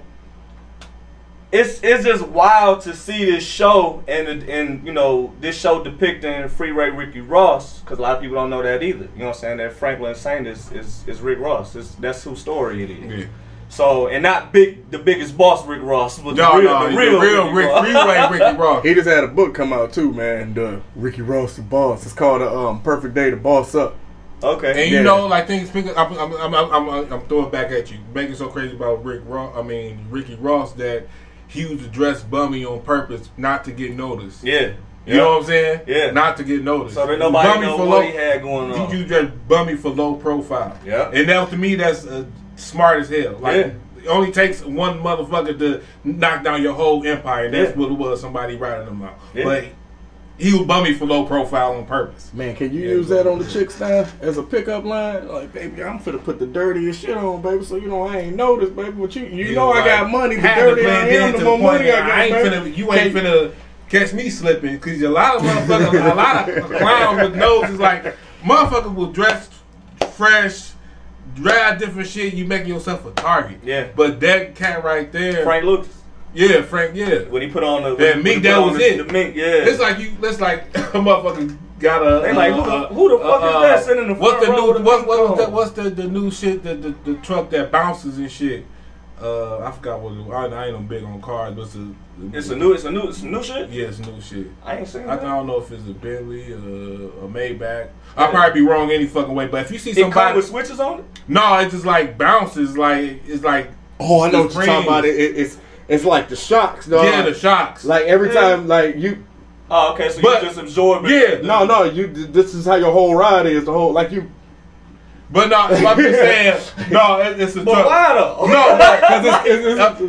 it's it's just wild to see this show and and you know this show depicting Free Ray Ricky Ross because a lot of people don't know that either. You know what I'm saying? That Franklin Saint is is, is Rick Ross. It's, that's whose story it is.
yeah.
So and not big the biggest boss Rick Ross, but
No,
the real,
no,
the real, Ricky
Rick,
Ross.
freeway Ricky Ross.
He just had a book come out too, man. The Ricky Ross the Boss. It's called a um, Perfect Day to Boss Up.
okay.
And you
Yeah.
know, like things, I'm, I'm, I'm, I'm, I'm, I'm throwing back at you, making so crazy about Rick Ross. I mean Ricky Ross that he was dressed bummy on purpose, not to get noticed.
Yeah.
You know what I'm saying?
Yeah.
Not to get noticed.
So that nobody
Bummy
know
for
what
low-
he had going on.
You, you just bummy for low profile.
Yeah.
And that to me, that's uh, smart as hell. Like,
Yeah.
it only takes one motherfucker to knock down your whole empire. And that's
Yeah.
what it was. Somebody riding them out.
Yeah.
But he was bummy for low profile on purpose.
Man, can you
Yeah,
use
bro.
that on the chicks now as a pickup line? Like, baby, I'm finna put the dirtiest shit on, baby. So you know I ain't noticed, baby. But you, you
He
know
was
I got
like,
money. The
had to
dirtier
blend
I
in
am,
to
the more
point
money
that
I got,
ain't
baby.
finna, you ain't finna catch me slipping because a lot of motherfuckers, a lot of clowns with noses like motherfucker will dress fresh, drive different shit. You making yourself a target.
Yeah.
But that cat right there,
Frank Lucas
yeah, Frank, yeah.
when he put on the
Yeah,
when
Meek,
he put
that
on
was
the,
it.
The mink, yeah.
It's like you. It's like a motherfucker got a.
They like,
a-
who the-
a-
who the fuck is
a-
that sitting in the
What's
front
the
row
new?
with a
What,
big
what's the,
dome?
what's the the new shit? The, the the truck that bounces and shit. Uh, I forgot what. It, was. I, I ain't no big on cars, but it's a.
it's a new it's a new it's a new shit.
Yeah, it's new shit.
I ain't seen
I
that.
don't know if it's a Bentley, uh, a Maybach. I'll probably be wrong any fucking way, but if you see
It come
somebody,
with switches on it.
no, it's just like bounces, like it's like
Oh, I know what
the
you're talking about. It,
rings.
it, it's it's like the shocks,
Uh,
dog.
yeah, the shocks.
Like every
Yeah.
time, like you.
Oh, okay. So
But-
you just absorbing.
yeah,
No, no, you. This is how your whole ride is. The whole like you.
but no, I'm just saying, no, it, it's a
But
truck.
why though?
No, no,
'cause it's-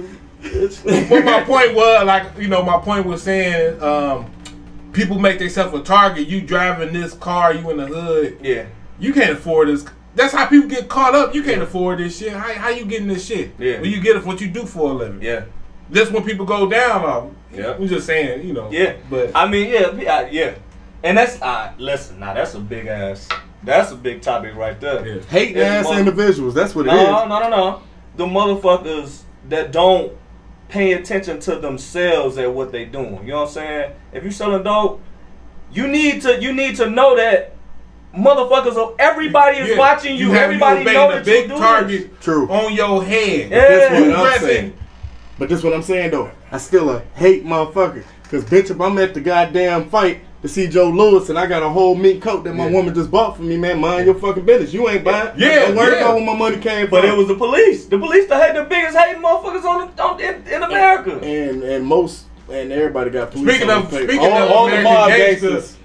it's- it's-
But my point was, like, you know, my point was saying, um, people make themselves a target. You driving this car, you in the hood,
Yeah.
you can't afford this. That's how people get caught up. You can't afford this shit. How, how you getting this shit?
Yeah.
Well, you get it for what you do for a living.
Yeah.
That's when people go down on.
Yeah.
I'm just saying, you know.
Yeah.
But
I mean, yeah, be- I- yeah. And that's I listen. Now that's a big ass. That's a big topic right there.
Yeah.
Hating
It's
ass
mo-
individuals. That's what it is.
No, no, no, no. The motherfuckers that don't pay attention to themselves at what they doing. You know what I'm saying? If you selling dope, you need to you need to know that motherfuckers. are- Everybody is
Yeah.
watching you.
have-
everybody
made
know
a
that
big
you do
target
this.
True.
on your head.
Yeah.
That's what
You
I'm
dressing.
saying. But that's what I'm saying though. I still a hate motherfucker. Cause bitch, if I'm at the goddamn fight to see Joe Lewis and I got a whole mink coat that my
Yeah.
woman just bought for me, man, mind your fucking business. You ain't buying.
Yeah,
Don't worry
yeah.
about where my money came
But
from.
it was the police. The police that had the biggest hating motherfuckers on, the, on in, in America.
and and most and everybody got police.
Speaking
on
of-
their face.
speaking
all,
of
all the
American
mob
gangsters.
gangsters.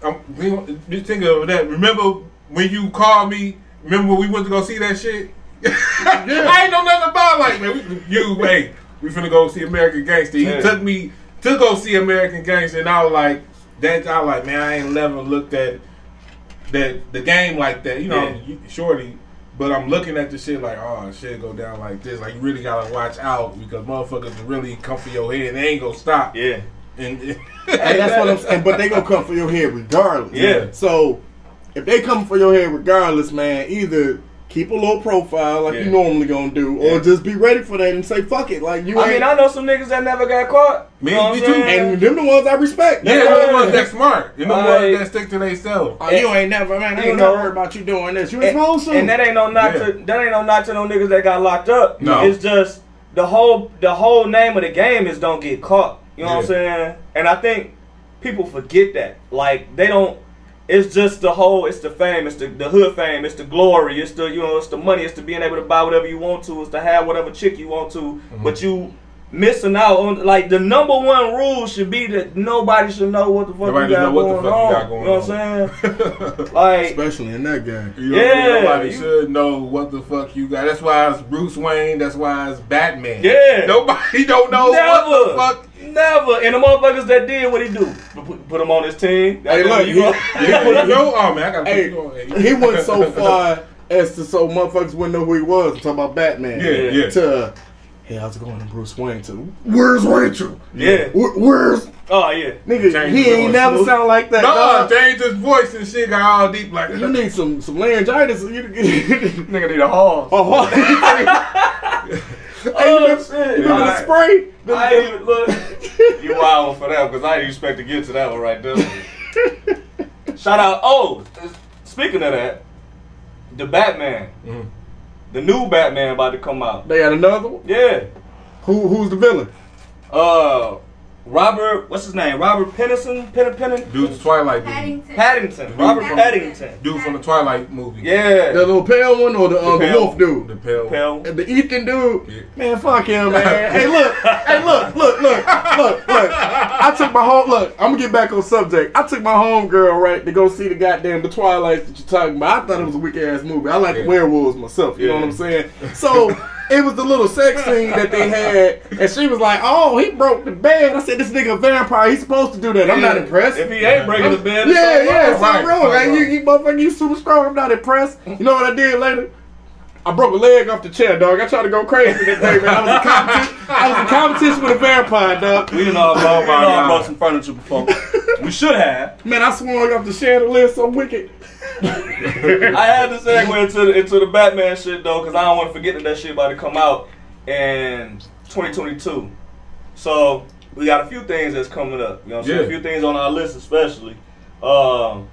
I'm, we, you think of that. Remember when you called me? Remember when we went to go see that shit? I ain't know nothing about like man. We, you hey, we finna go see American Gangster. He
Yeah.
took me to go see American Gangster, and I was like, that. I was like, man, I ain't never looked at that the game like that. You know,
Yeah.
you- shorty. But I'm looking at the shit like, oh shit, go down like this. Like you really gotta watch out because motherfuckers really come for your head. They ain't gonna stop.
yeah.
And,
And that's what I'm saying. But they gonna come for your head regardless.
Yeah.
So if they come for your head regardless, man, either keep a low profile like
Yeah.
you normally gonna do,
Yeah.
or just be ready for that and say fuck it. Like you
I
ain't.
mean, I know some niggas that never got caught. You
Me-
know what
me
I'm
too.
saying?
and them the ones I respect.
Yeah,
That's
the
all.
ones that smart. And the
Like-
ones that stick to themselves.
Oh, you ain't never, man. I
You
ain't
know.
never heard about you doing this. You ain't supposed
and,
to.
and that ain't no knock to
Yeah.
that ain't no knock to no niggas that got locked up.
No.
It's just the whole the whole name of the game is don't get caught. You know what I'm saying? And I think people forget that. Like they don't it's just the whole it's the fame, it's the, the hood fame, it's the glory,
Mm-hmm.
it's the you know, it's the money, it's the being able to buy whatever you want to, it's to have whatever chick you want to, but you missing out on like the number one rule should be that nobody should know what the fuck
Nobody
you got
know what the
going
fuck
on.
you got going
you know what I'm saying? Like
especially in that game.
You know what I mean?
Yeah,
Nobody
you-
should know what the fuck you got. That's why it's Bruce Wayne. That's why it's Batman.
Yeah.
Nobody don't know
never,
what the fuck.
never. And the motherfuckers that did what he do, put, put him on his team. That's
Hey,
what
look,
you
he-
gonna-
Yeah, you know- oh man, I gotta
Hey,
put you on. Hey.
he went so far as to so motherfuckers wouldn't know who he was. I'm talking about Batman.
Yeah, yeah.
To hey, how's it going? to Bruce Wayne. To where's Rachel?
yeah.
Where, where's
Oh yeah.
nigga?
James
he ain't
Lewis.
never sound like that.
No,
dog.
changed his voice and shit got all deep like.
you
Mm-hmm.
need some some laryngitis. You-
Nigga need a horn.
oh, what? hey, you
Oh,
been,
shit.
you been
Alright.
the spray? The-
I ain't even look. You wild for that because I didn't expect to get to that one right there. Shout out. Oh, speaking of that, the Batman,
Mhm.
the new Batman about to come out.
they had another one.
Yeah.
Who who's the villain?
Uh, Robert, what's his name? Robert Pennison, Pen Pennin,
Dude, the Twilight movie.
Paddington.
Paddington. Robert Paddington.
Dude from the Twilight movie.
Yeah.
The little pale one or the, uh,
The
the,
pale-
wolf dude?
The pale.
Pell.
And The Ethan dude,
Yeah.
man, fuck him, man. hey, look, hey, look, look, look, look, look. I took my home. Look, I'm gonna get back on subject. I took my homegirl right to go see the goddamn the Twilight that you're talking about. I thought it was a weak ass movie. I like
Yeah.
the werewolves myself. You know
Yeah.
what I'm saying? So it was the little sex scene that they had, and she was like, "Oh, he broke the bed." I said, "This nigga a vampire. He's supposed to do that. I'm not impressed."
If he ain't breaking the bed,
Yeah, yeah, it's not
Right,
wrong.
right,
Like, you,
right.
you motherfucker, you super strong. I'm not impressed. You know what I did later? I broke a leg off the chair, dog. I tried to go crazy that day, man. I was in competition. I was in competition with a vampire, dog.
We didn't all, we
Oh,
done
my
all
God.
brought some furniture before. we should have.
Man, I swung off the chandelier so wicked.
I had to segue into the, into the Batman shit though, because I don't want to forget that that shit about to come out in 2022. So we got a few things that's coming up. You know, what I'm saying?
Yeah.
a few things on our list, especially. Um,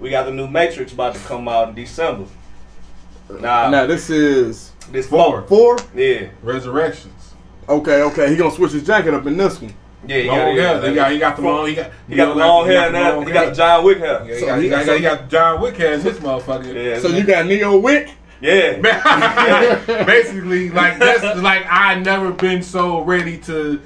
we got the new Matrix about to come out in December. Nah,
Now this is
this
Four.
four.
four.
Yeah,
Resurrections.
Okay, okay. He gonna switch his jacket up in this one.
yeah, you
Long hair. He got, he got the
Four.
long. He got,
He got the long hair and that. He got the John Wick hair.
Yeah, he
So
got,
he-
he got- he
so-
got- he got John Wick hair in this motherfucker.
Yeah,
So you got Neo Wick.
yeah.
Basically, like that's like I never been so ready to,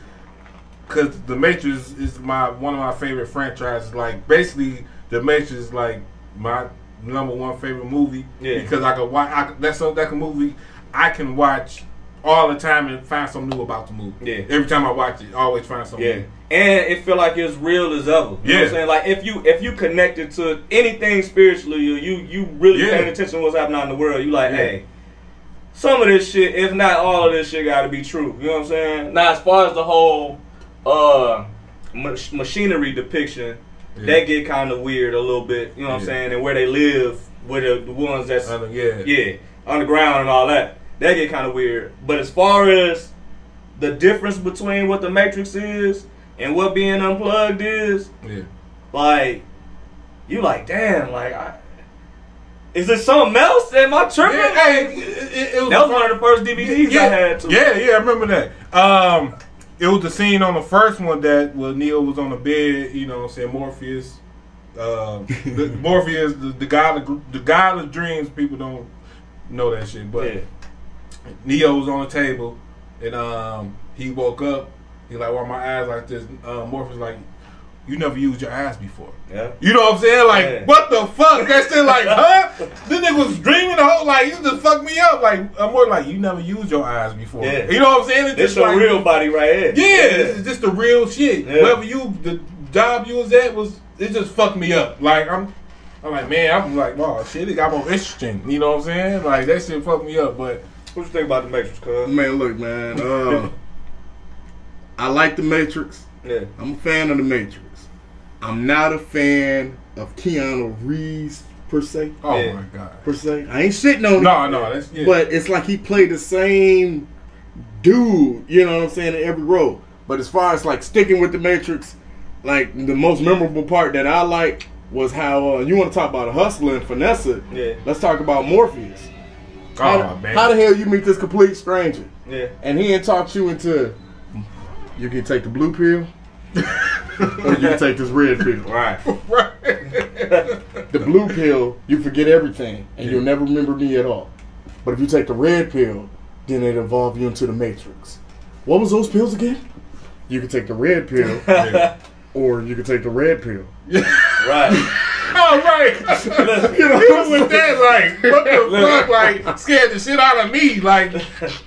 cause The Matrix is my one of my favorite franchises. Like basically, The Matrix is like my number one favorite movie
Yeah.
because I could watch. I, could- that's so that a movie I can watch all the time and find something new about the movie.
Yeah.
Every time I watch it, I always find something.
Yeah.
New.
And it feel like it's real as ever. You know what
Yeah.
I'm saying? Like if you if you connected to anything spiritually, you you, you really
Yeah.
paying attention to what's happening out in the world, you like,
Yeah.
hey, some of this shit, if not all of this shit gotta be true. You know what I'm saying? Now as far as the whole uh mach- machinery depiction,
Yeah.
that get kinda weird a little bit, you know what I'm
Yeah.
saying, and where they live, where the, the ones that's
Uh, yeah.
yeah, underground and all that. That get kind of weird. But as far as the difference between what the Matrix is and what being unplugged is,
Yeah.
like you like, damn, like, I, is there something else? Am I tripping?
Yeah, hey, it, it- it was
that was one of the first DVDs
yeah,
I had. Too.
Yeah, yeah, I remember that. Um, it was the scene on the first one that where Neo was on the bed, you know, what I'm saying Morpheus. Uh, the, Morpheus, the, the god, of, gr- the god of dreams. People don't know that shit, but
yeah,
Neo was on the table, and um, he woke up. He like, why my eyes like this? Uh, Morpheus like, you never used your eyes before.
yeah.
You know what I'm saying? Like,
Yeah.
what the fuck? That shit, like, huh? This nigga was dreaming the whole, like, you just fucked me up. Like, I'm more like, you never used your eyes before.
Yeah.
You know what I'm saying? It's
This
just
your
like,
real body right here.
Yeah, it's just the real shit.
Yeah.
Whatever you, the job you was at was, it just fucked me up. Like, I'm, I'm like, man, I'm like, wow, shit, it got more interesting. You know what I'm saying? Like, that shit fucked me up, but.
What you think about the Matrix, cuz?
Man, look, man. Uh, I like the Matrix.
Yeah.
I'm a fan of the Matrix. I'm not a fan of Keanu Reeves per se.
Oh
Yeah.
my god!
Per se, I ain't shitting on him.
No, no, that's yeah.
But it's like he played the same dude, you know what I'm saying, in every role. But as far as like sticking with the Matrix, like the most memorable part that I like was how uh, you want to talk about a hustler and finesse. it.
Yeah.
Let's talk about Morpheus.
oh
how,
man,
how the hell you meet this complete stranger
Yeah.
and he ain't talked you into you can take the blue pill or you can take this red pill.
Right.
the blue pill, you forget everything and you'll never remember me at all. But if you take the red pill, then it evolve you into the matrix. What was those pills again? You could take the red pill,
Yeah.
or you could take the red pill.
Right.
All right.
You know
Even with that, like, what the fuck, like, scared the shit out of me. Like,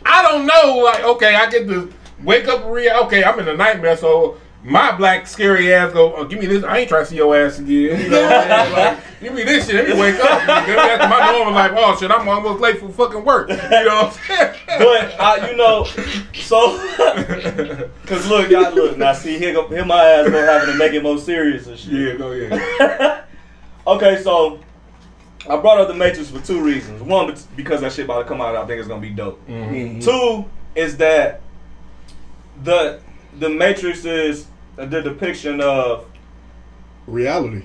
I don't know. Like, okay, I get to wake up real. Okay, I'm in a nightmare, so my black scary ass go, oh, give me this. I ain't trying to see your ass again. You know what I'm saying? Like, give me this shit. Let me wake up. Nigga. After my normal life, oh shit, I'm almost late for fucking work. You know what I'm
But I, you know, so
saying?
cause look, I look now. See, here, go, here my ass go having to make it more serious and shit.
yeah, go ahead.
Okay, so I brought up the Matrix for two reasons. One, it's because that shit about to come out, I think it's gonna be dope. Two is that the the Matrix is the depiction of
Reality.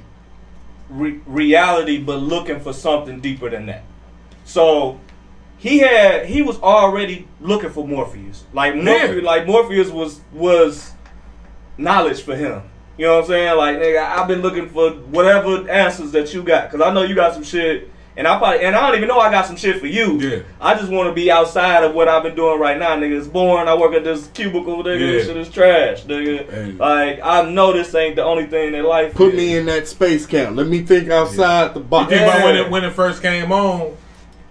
re- reality, but looking for something deeper than that. So he had he was already looking for Morpheus. Like Morpheus,
Yeah.
like Morpheus was was knowledge for him. You know what I'm saying? Like nigga, I've been looking for whatever answers that you got because I know you got some shit. And I probably and I don't even know I got some shit for you.
Yeah.
I just want to be outside of what I've been doing right now, nigga. It's boring. I work at this cubicle, nigga. This
Yeah.
shit is trash, nigga.
Hey.
Like I know this ain't the only thing in life.
Put
is.
me in that space camp. Let me think outside the
You
box.
think about when
Yeah.
it when it first came on,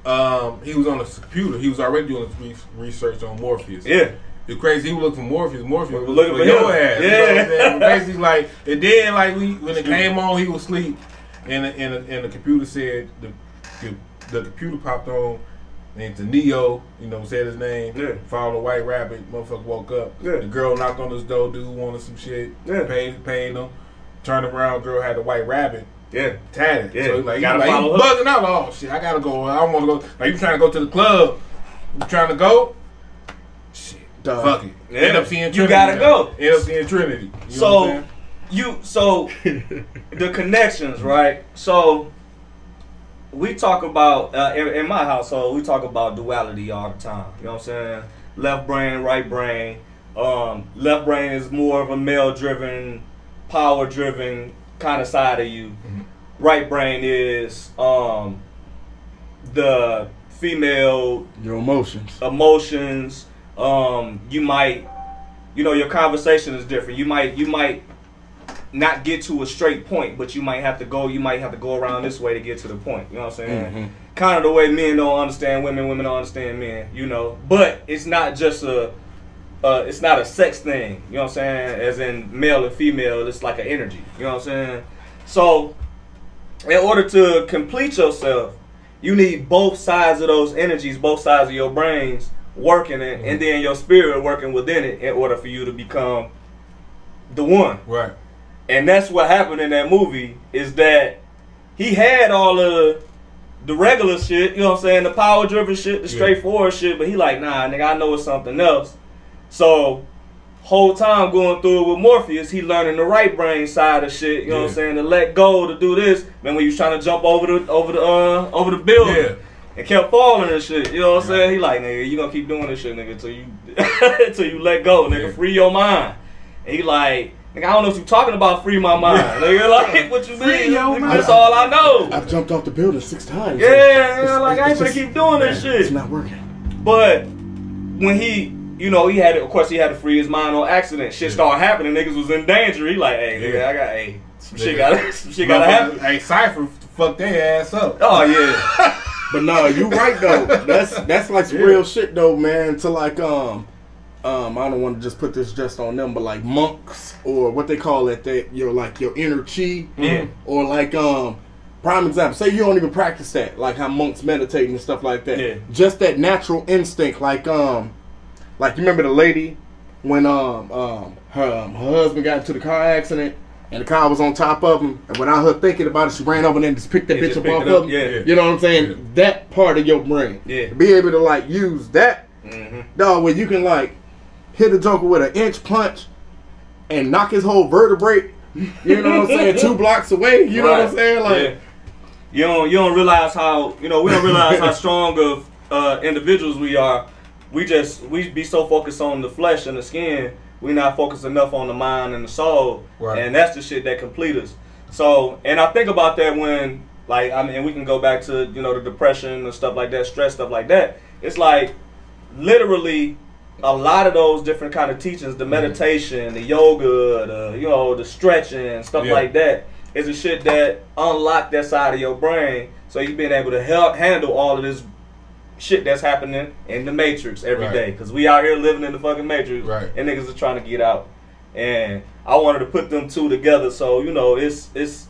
um, he was on his computer. He was already doing his re- research on Morpheus.
Yeah.
The crazy, he was looking for Morpheus. Morpheus was
looking
looking for,
for
your
him.
ass.
Yeah.
You know what I'm saying? Basically, like, and then, like, we, when it came on, he was asleep. And the, and the, and the computer said, the, the, the computer popped on. And to Neo, you know, said his name.
Yeah.
Followed the white rabbit. Motherfucker woke up.
Yeah.
The girl knocked on his door. Dude wanted some shit.
Yeah.
Paid, paid him. Turned around. Girl had the white rabbit
Yeah.
tatted.
Yeah,
so he like,
gotta
he, like, he
follow up.
bugging out. Oh shit, I gotta go. I don't want to go. Like you trying to go to the club? You trying to go? Shit,
Duh.
fuck it.
Yeah.
End up seeing Trinity.
You gotta go.
End up seeing Trinity. You know what
so
I'm
you so the connections, right? So we talk about uh, in, in my household, we talk about duality all the time. You know what I'm saying? Left brain, right brain. Um, left brain is more of a male-driven, power-driven kind of side of you.
Mm-hmm.
Right brain is um, the female
Your emotions.
Oh. emotions. Um, you might, you know, your conversation is different. You might, you might not get to a straight point, but you might have to go. You might have to go around this way to get to the point. You know what I'm saying? Kind of the way men don't understand women, women don't understand men. You know, but it's not just a. Uh, it's not a sex thing, you know what I'm saying? As in male and female, it's like an energy, you know what I'm saying? So, in order to complete yourself, you need both sides of those energies, both sides of your brains working, it, and then your spirit working within it in order for you to become the one.
Right.
And that's what happened in that movie is that he had all of the regular shit, you know what I'm saying, the power driven shit, the straightforward shit, but he like, nah, nigga, I know it's something else. So whole time going through it with Morpheus, he learning the right brain side of shit, you know what
Yeah.
I'm saying, to let go, to do this. Then when you was trying to jump over the over the uh over the building
Yeah.
and kept falling and shit, you know what I'm saying? He like, nigga, you gonna keep doing this shit, nigga, till you till you let go, nigga.
Yeah.
Free your mind. And he like, nigga, I don't know what you talking about, free my mind. Nigga, like what you
Free
mean?
your
Nigga,
mind.
That's all I know.
I've jumped off the building six times.
Yeah, yeah, like I ain't gonna
gonna
keep doing this
It's
shit.
not working.
But when he, you know, he had, to, of course, he had to free his mind on accident. Shit started happening. Niggas was in danger. He like, hey, nigga,
Yeah.
I got, hey, some shit
Yeah.
got, some shit gotta happen.
Hey, Cypher fucked their ass up.
Oh yeah,
But no, you right though. That's that's like some
Yeah.
real shit though, man. To like um um I don't want to just put this just on them, but like monks or what they call it that your like your inner chi.
Yeah.
Or like um prime example. Say you don't even practice that, like how monks meditate and stuff like that.
Yeah.
Just that natural instinct, like um like you remember the lady when um um her, um, her husband got into the car accident and the car was on top of him and without her thinking about it she ran over and then just picked that
Yeah,
bitch
just
up
picked
off
it up.
of him.
Yeah.
You know what I'm saying?
Yeah.
That part of your brain.
Yeah.
Be able to like use that
Mhm.
dog where you can like hit a joker with an inch punch and knock his whole vertebrae. You know what I'm saying? Two blocks away. You know what I'm
Right.
saying? Like
Yeah. you don't you don't realize how you know we don't realize how strong of uh, individuals we are. We just we be so focused on the flesh and the skin, we not focused enough on the mind and the soul,
Right.
and that's the shit that complete us. So, and I think about that when like I mean, and we can go back to you know the depression and stuff like that, stress stuff like that. It's like literally a lot of those different kind of teachings,
Mhm.
the meditation, the yoga, the you know, the stretching, stuff
Yeah.
like that, is the shit that unlock that side of your brain, so you've been able to help handle all of this shit that's happening in the matrix every
Right.
day. Cause we out here living in the fucking matrix,
Right.
and niggas are trying to get out. And I wanted to put them two together, so you know, it's it's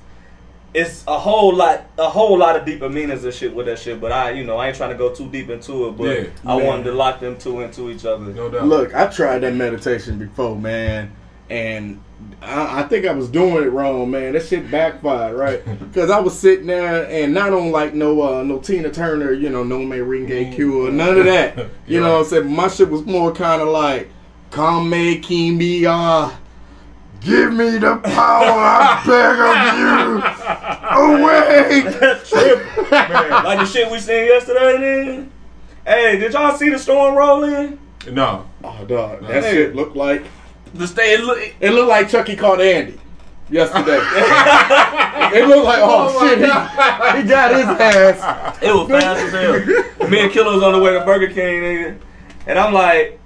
it's a whole lot a whole lot of deeper meanings and shit with that shit. But I you know I ain't trying to go too deep into it, but
Yeah.
I
Yeah.
wanted to lock them two into each other.
No doubt.
Look, I tried that meditation before, man, and I, I think I was doing it wrong, man. That shit backfired, right? Because I was sitting there and not on like no uh, no Tina Turner, you know, no May Ring Q or none of that. You
You're
know what
right.
I'm saying? My shit was more kind of like Kame Kimia. Give me the power, I beg of you. Awake!
Trip.
Man,
like the shit we seen yesterday, then. Hey, did y'all see the storm roll in?
no.
Oh, dog, that
Nigga.
shit looked like
The state it look-
It looked like Chucky caught Andy yesterday. it looked like, oh,
my
shit, he, he got his ass.
It was fast as hell. Me and Killer was on the way to Burger King, nigga. And I'm like,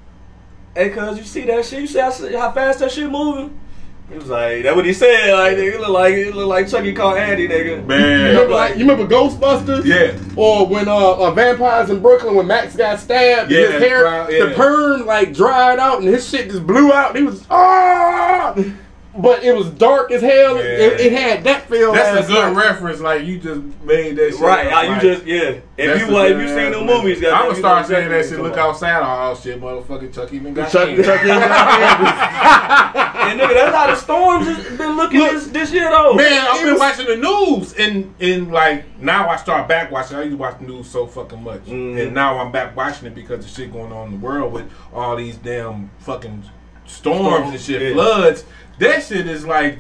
hey, cuz, you see that shit? You see how, how fast that shit moving? He was like, that what he said. Like, nigga, it look like, it look like Chucky called Andy, nigga.
You
Man.
remember, like, you remember Ghostbusters?
Yeah.
Or when uh, uh, Vampires in Brooklyn, when Max got stabbed,
Yeah,
his hair,
crowd- yeah.
the perm like dried out and his shit just blew out. And he was, ah! But it was dark as hell. It- It,
Yeah.
had that feel.
That's
ass
a good
like-
reference. Like you just made that shit.
Right,
up,
how you
like,
just, yeah. If
that's
you
a
like, if
good
you seen
ass
the
movie.
movies,
I'm
goddamn,
gonna
you
start
know
saying that
exactly
shit.
what
Look
I'm
outside. Oh shit, motherfucking Chuck even got
Chucky,
in.
Chucky, Chucky.
talking about. And nigga, that's how the storms has been looking
Look,
this, this year, though.
Man, I've
It
been
was-
watching the news, and and like now I start back watching. I used to watch the news so fucking much,
Mhm.
and now I'm back watching it because the shit going on in the world with all these damn fucking storms, and shit,
yeah.
floods. That shit is like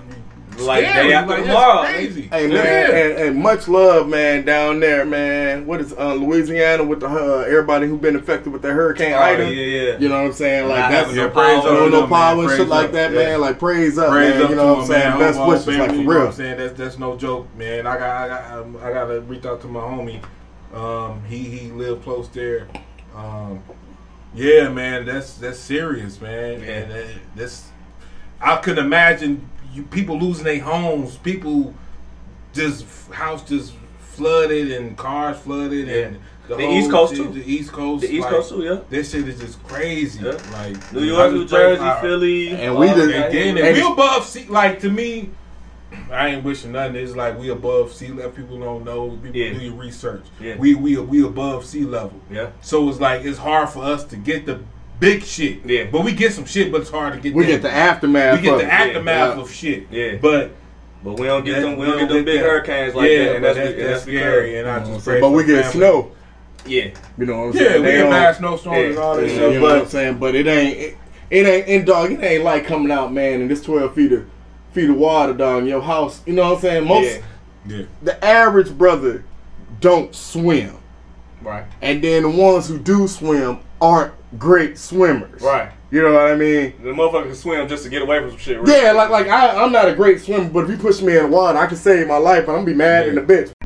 Like,
like
day
scary.
after
like,
tomorrow.
that's crazy.
Hey man,
Yeah.
and, and much love, man, down there, man. What is uh, Louisiana with the uh, everybody who been affected with the Hurricane
Oh,
Ida?
yeah, yeah.
You know what I'm saying? Like
Not
that's
having
Yeah,
no
praise
power.
up.
no, no
man.
power and
Praise
shit like
up.
that,
Yeah.
man. Like praise up,
Praise
man.
up
you know
to
what I'm
him,
saying?
man.
Best
Overall
wishes, like
family,
for
You know what
real.
I'm saying that's that's no joke, man. I got I got um, I gotta reach out to my homie. Um, he he lived close there. Um, yeah, man, that's that's serious, man.
Yeah.
And that, that's I could imagine you people losing their homes, people just f- house just flooded and cars flooded and
Yeah. The East Coast, too.
The East Coast,
The East
like,
Coast, too, yeah.
This shit is just crazy.
Yeah.
Like
New
I
York,
just
New
pray
Jersey,
for-
Philly.
And we
all
did-
that.
Again,
Hey,
and we
just-
above sea. Like to me, I ain't wishing nothing. It's like we above sea level. People don't know. People
Yeah.
do your research.
Yeah.
We we we above sea level.
Yeah.
So it's like it's hard for us to get the big shit.
Yeah.
But we get some shit. But it's hard to get.
We
that.
get the aftermath.
we get
of
the
it.
aftermath
Yeah.
of shit.
Yeah.
But
But we don't get them. We don't
that-
get them big
that-
hurricanes like
yeah,
that, and
but
that's, that's, that's
scary.
scary.
And I just pray
But
for
we get
family.
snow.
Yeah,
You know what I'm
Yeah,
saying?
we
They
get
don't-
bad snowstorms and
Yeah.
all that
Yeah.
stuff.
You know what I'm
But
saying? But it ain't it, it ain't and dog, it ain't like coming out, man, and this twelve feet of feet of water, dog, in your house. You know what I'm saying? Most
Yeah.
yeah.
the average brother don't swim.
right,
And then the ones who do swim aren't great swimmers.
right.
You know what I mean?
The motherfucker can swim just to get away from some shit. right?
Yeah, like like I, I'm not a great swimmer, but if you push me in the water, I can save my life, and I'm gonna be mad in a bitch.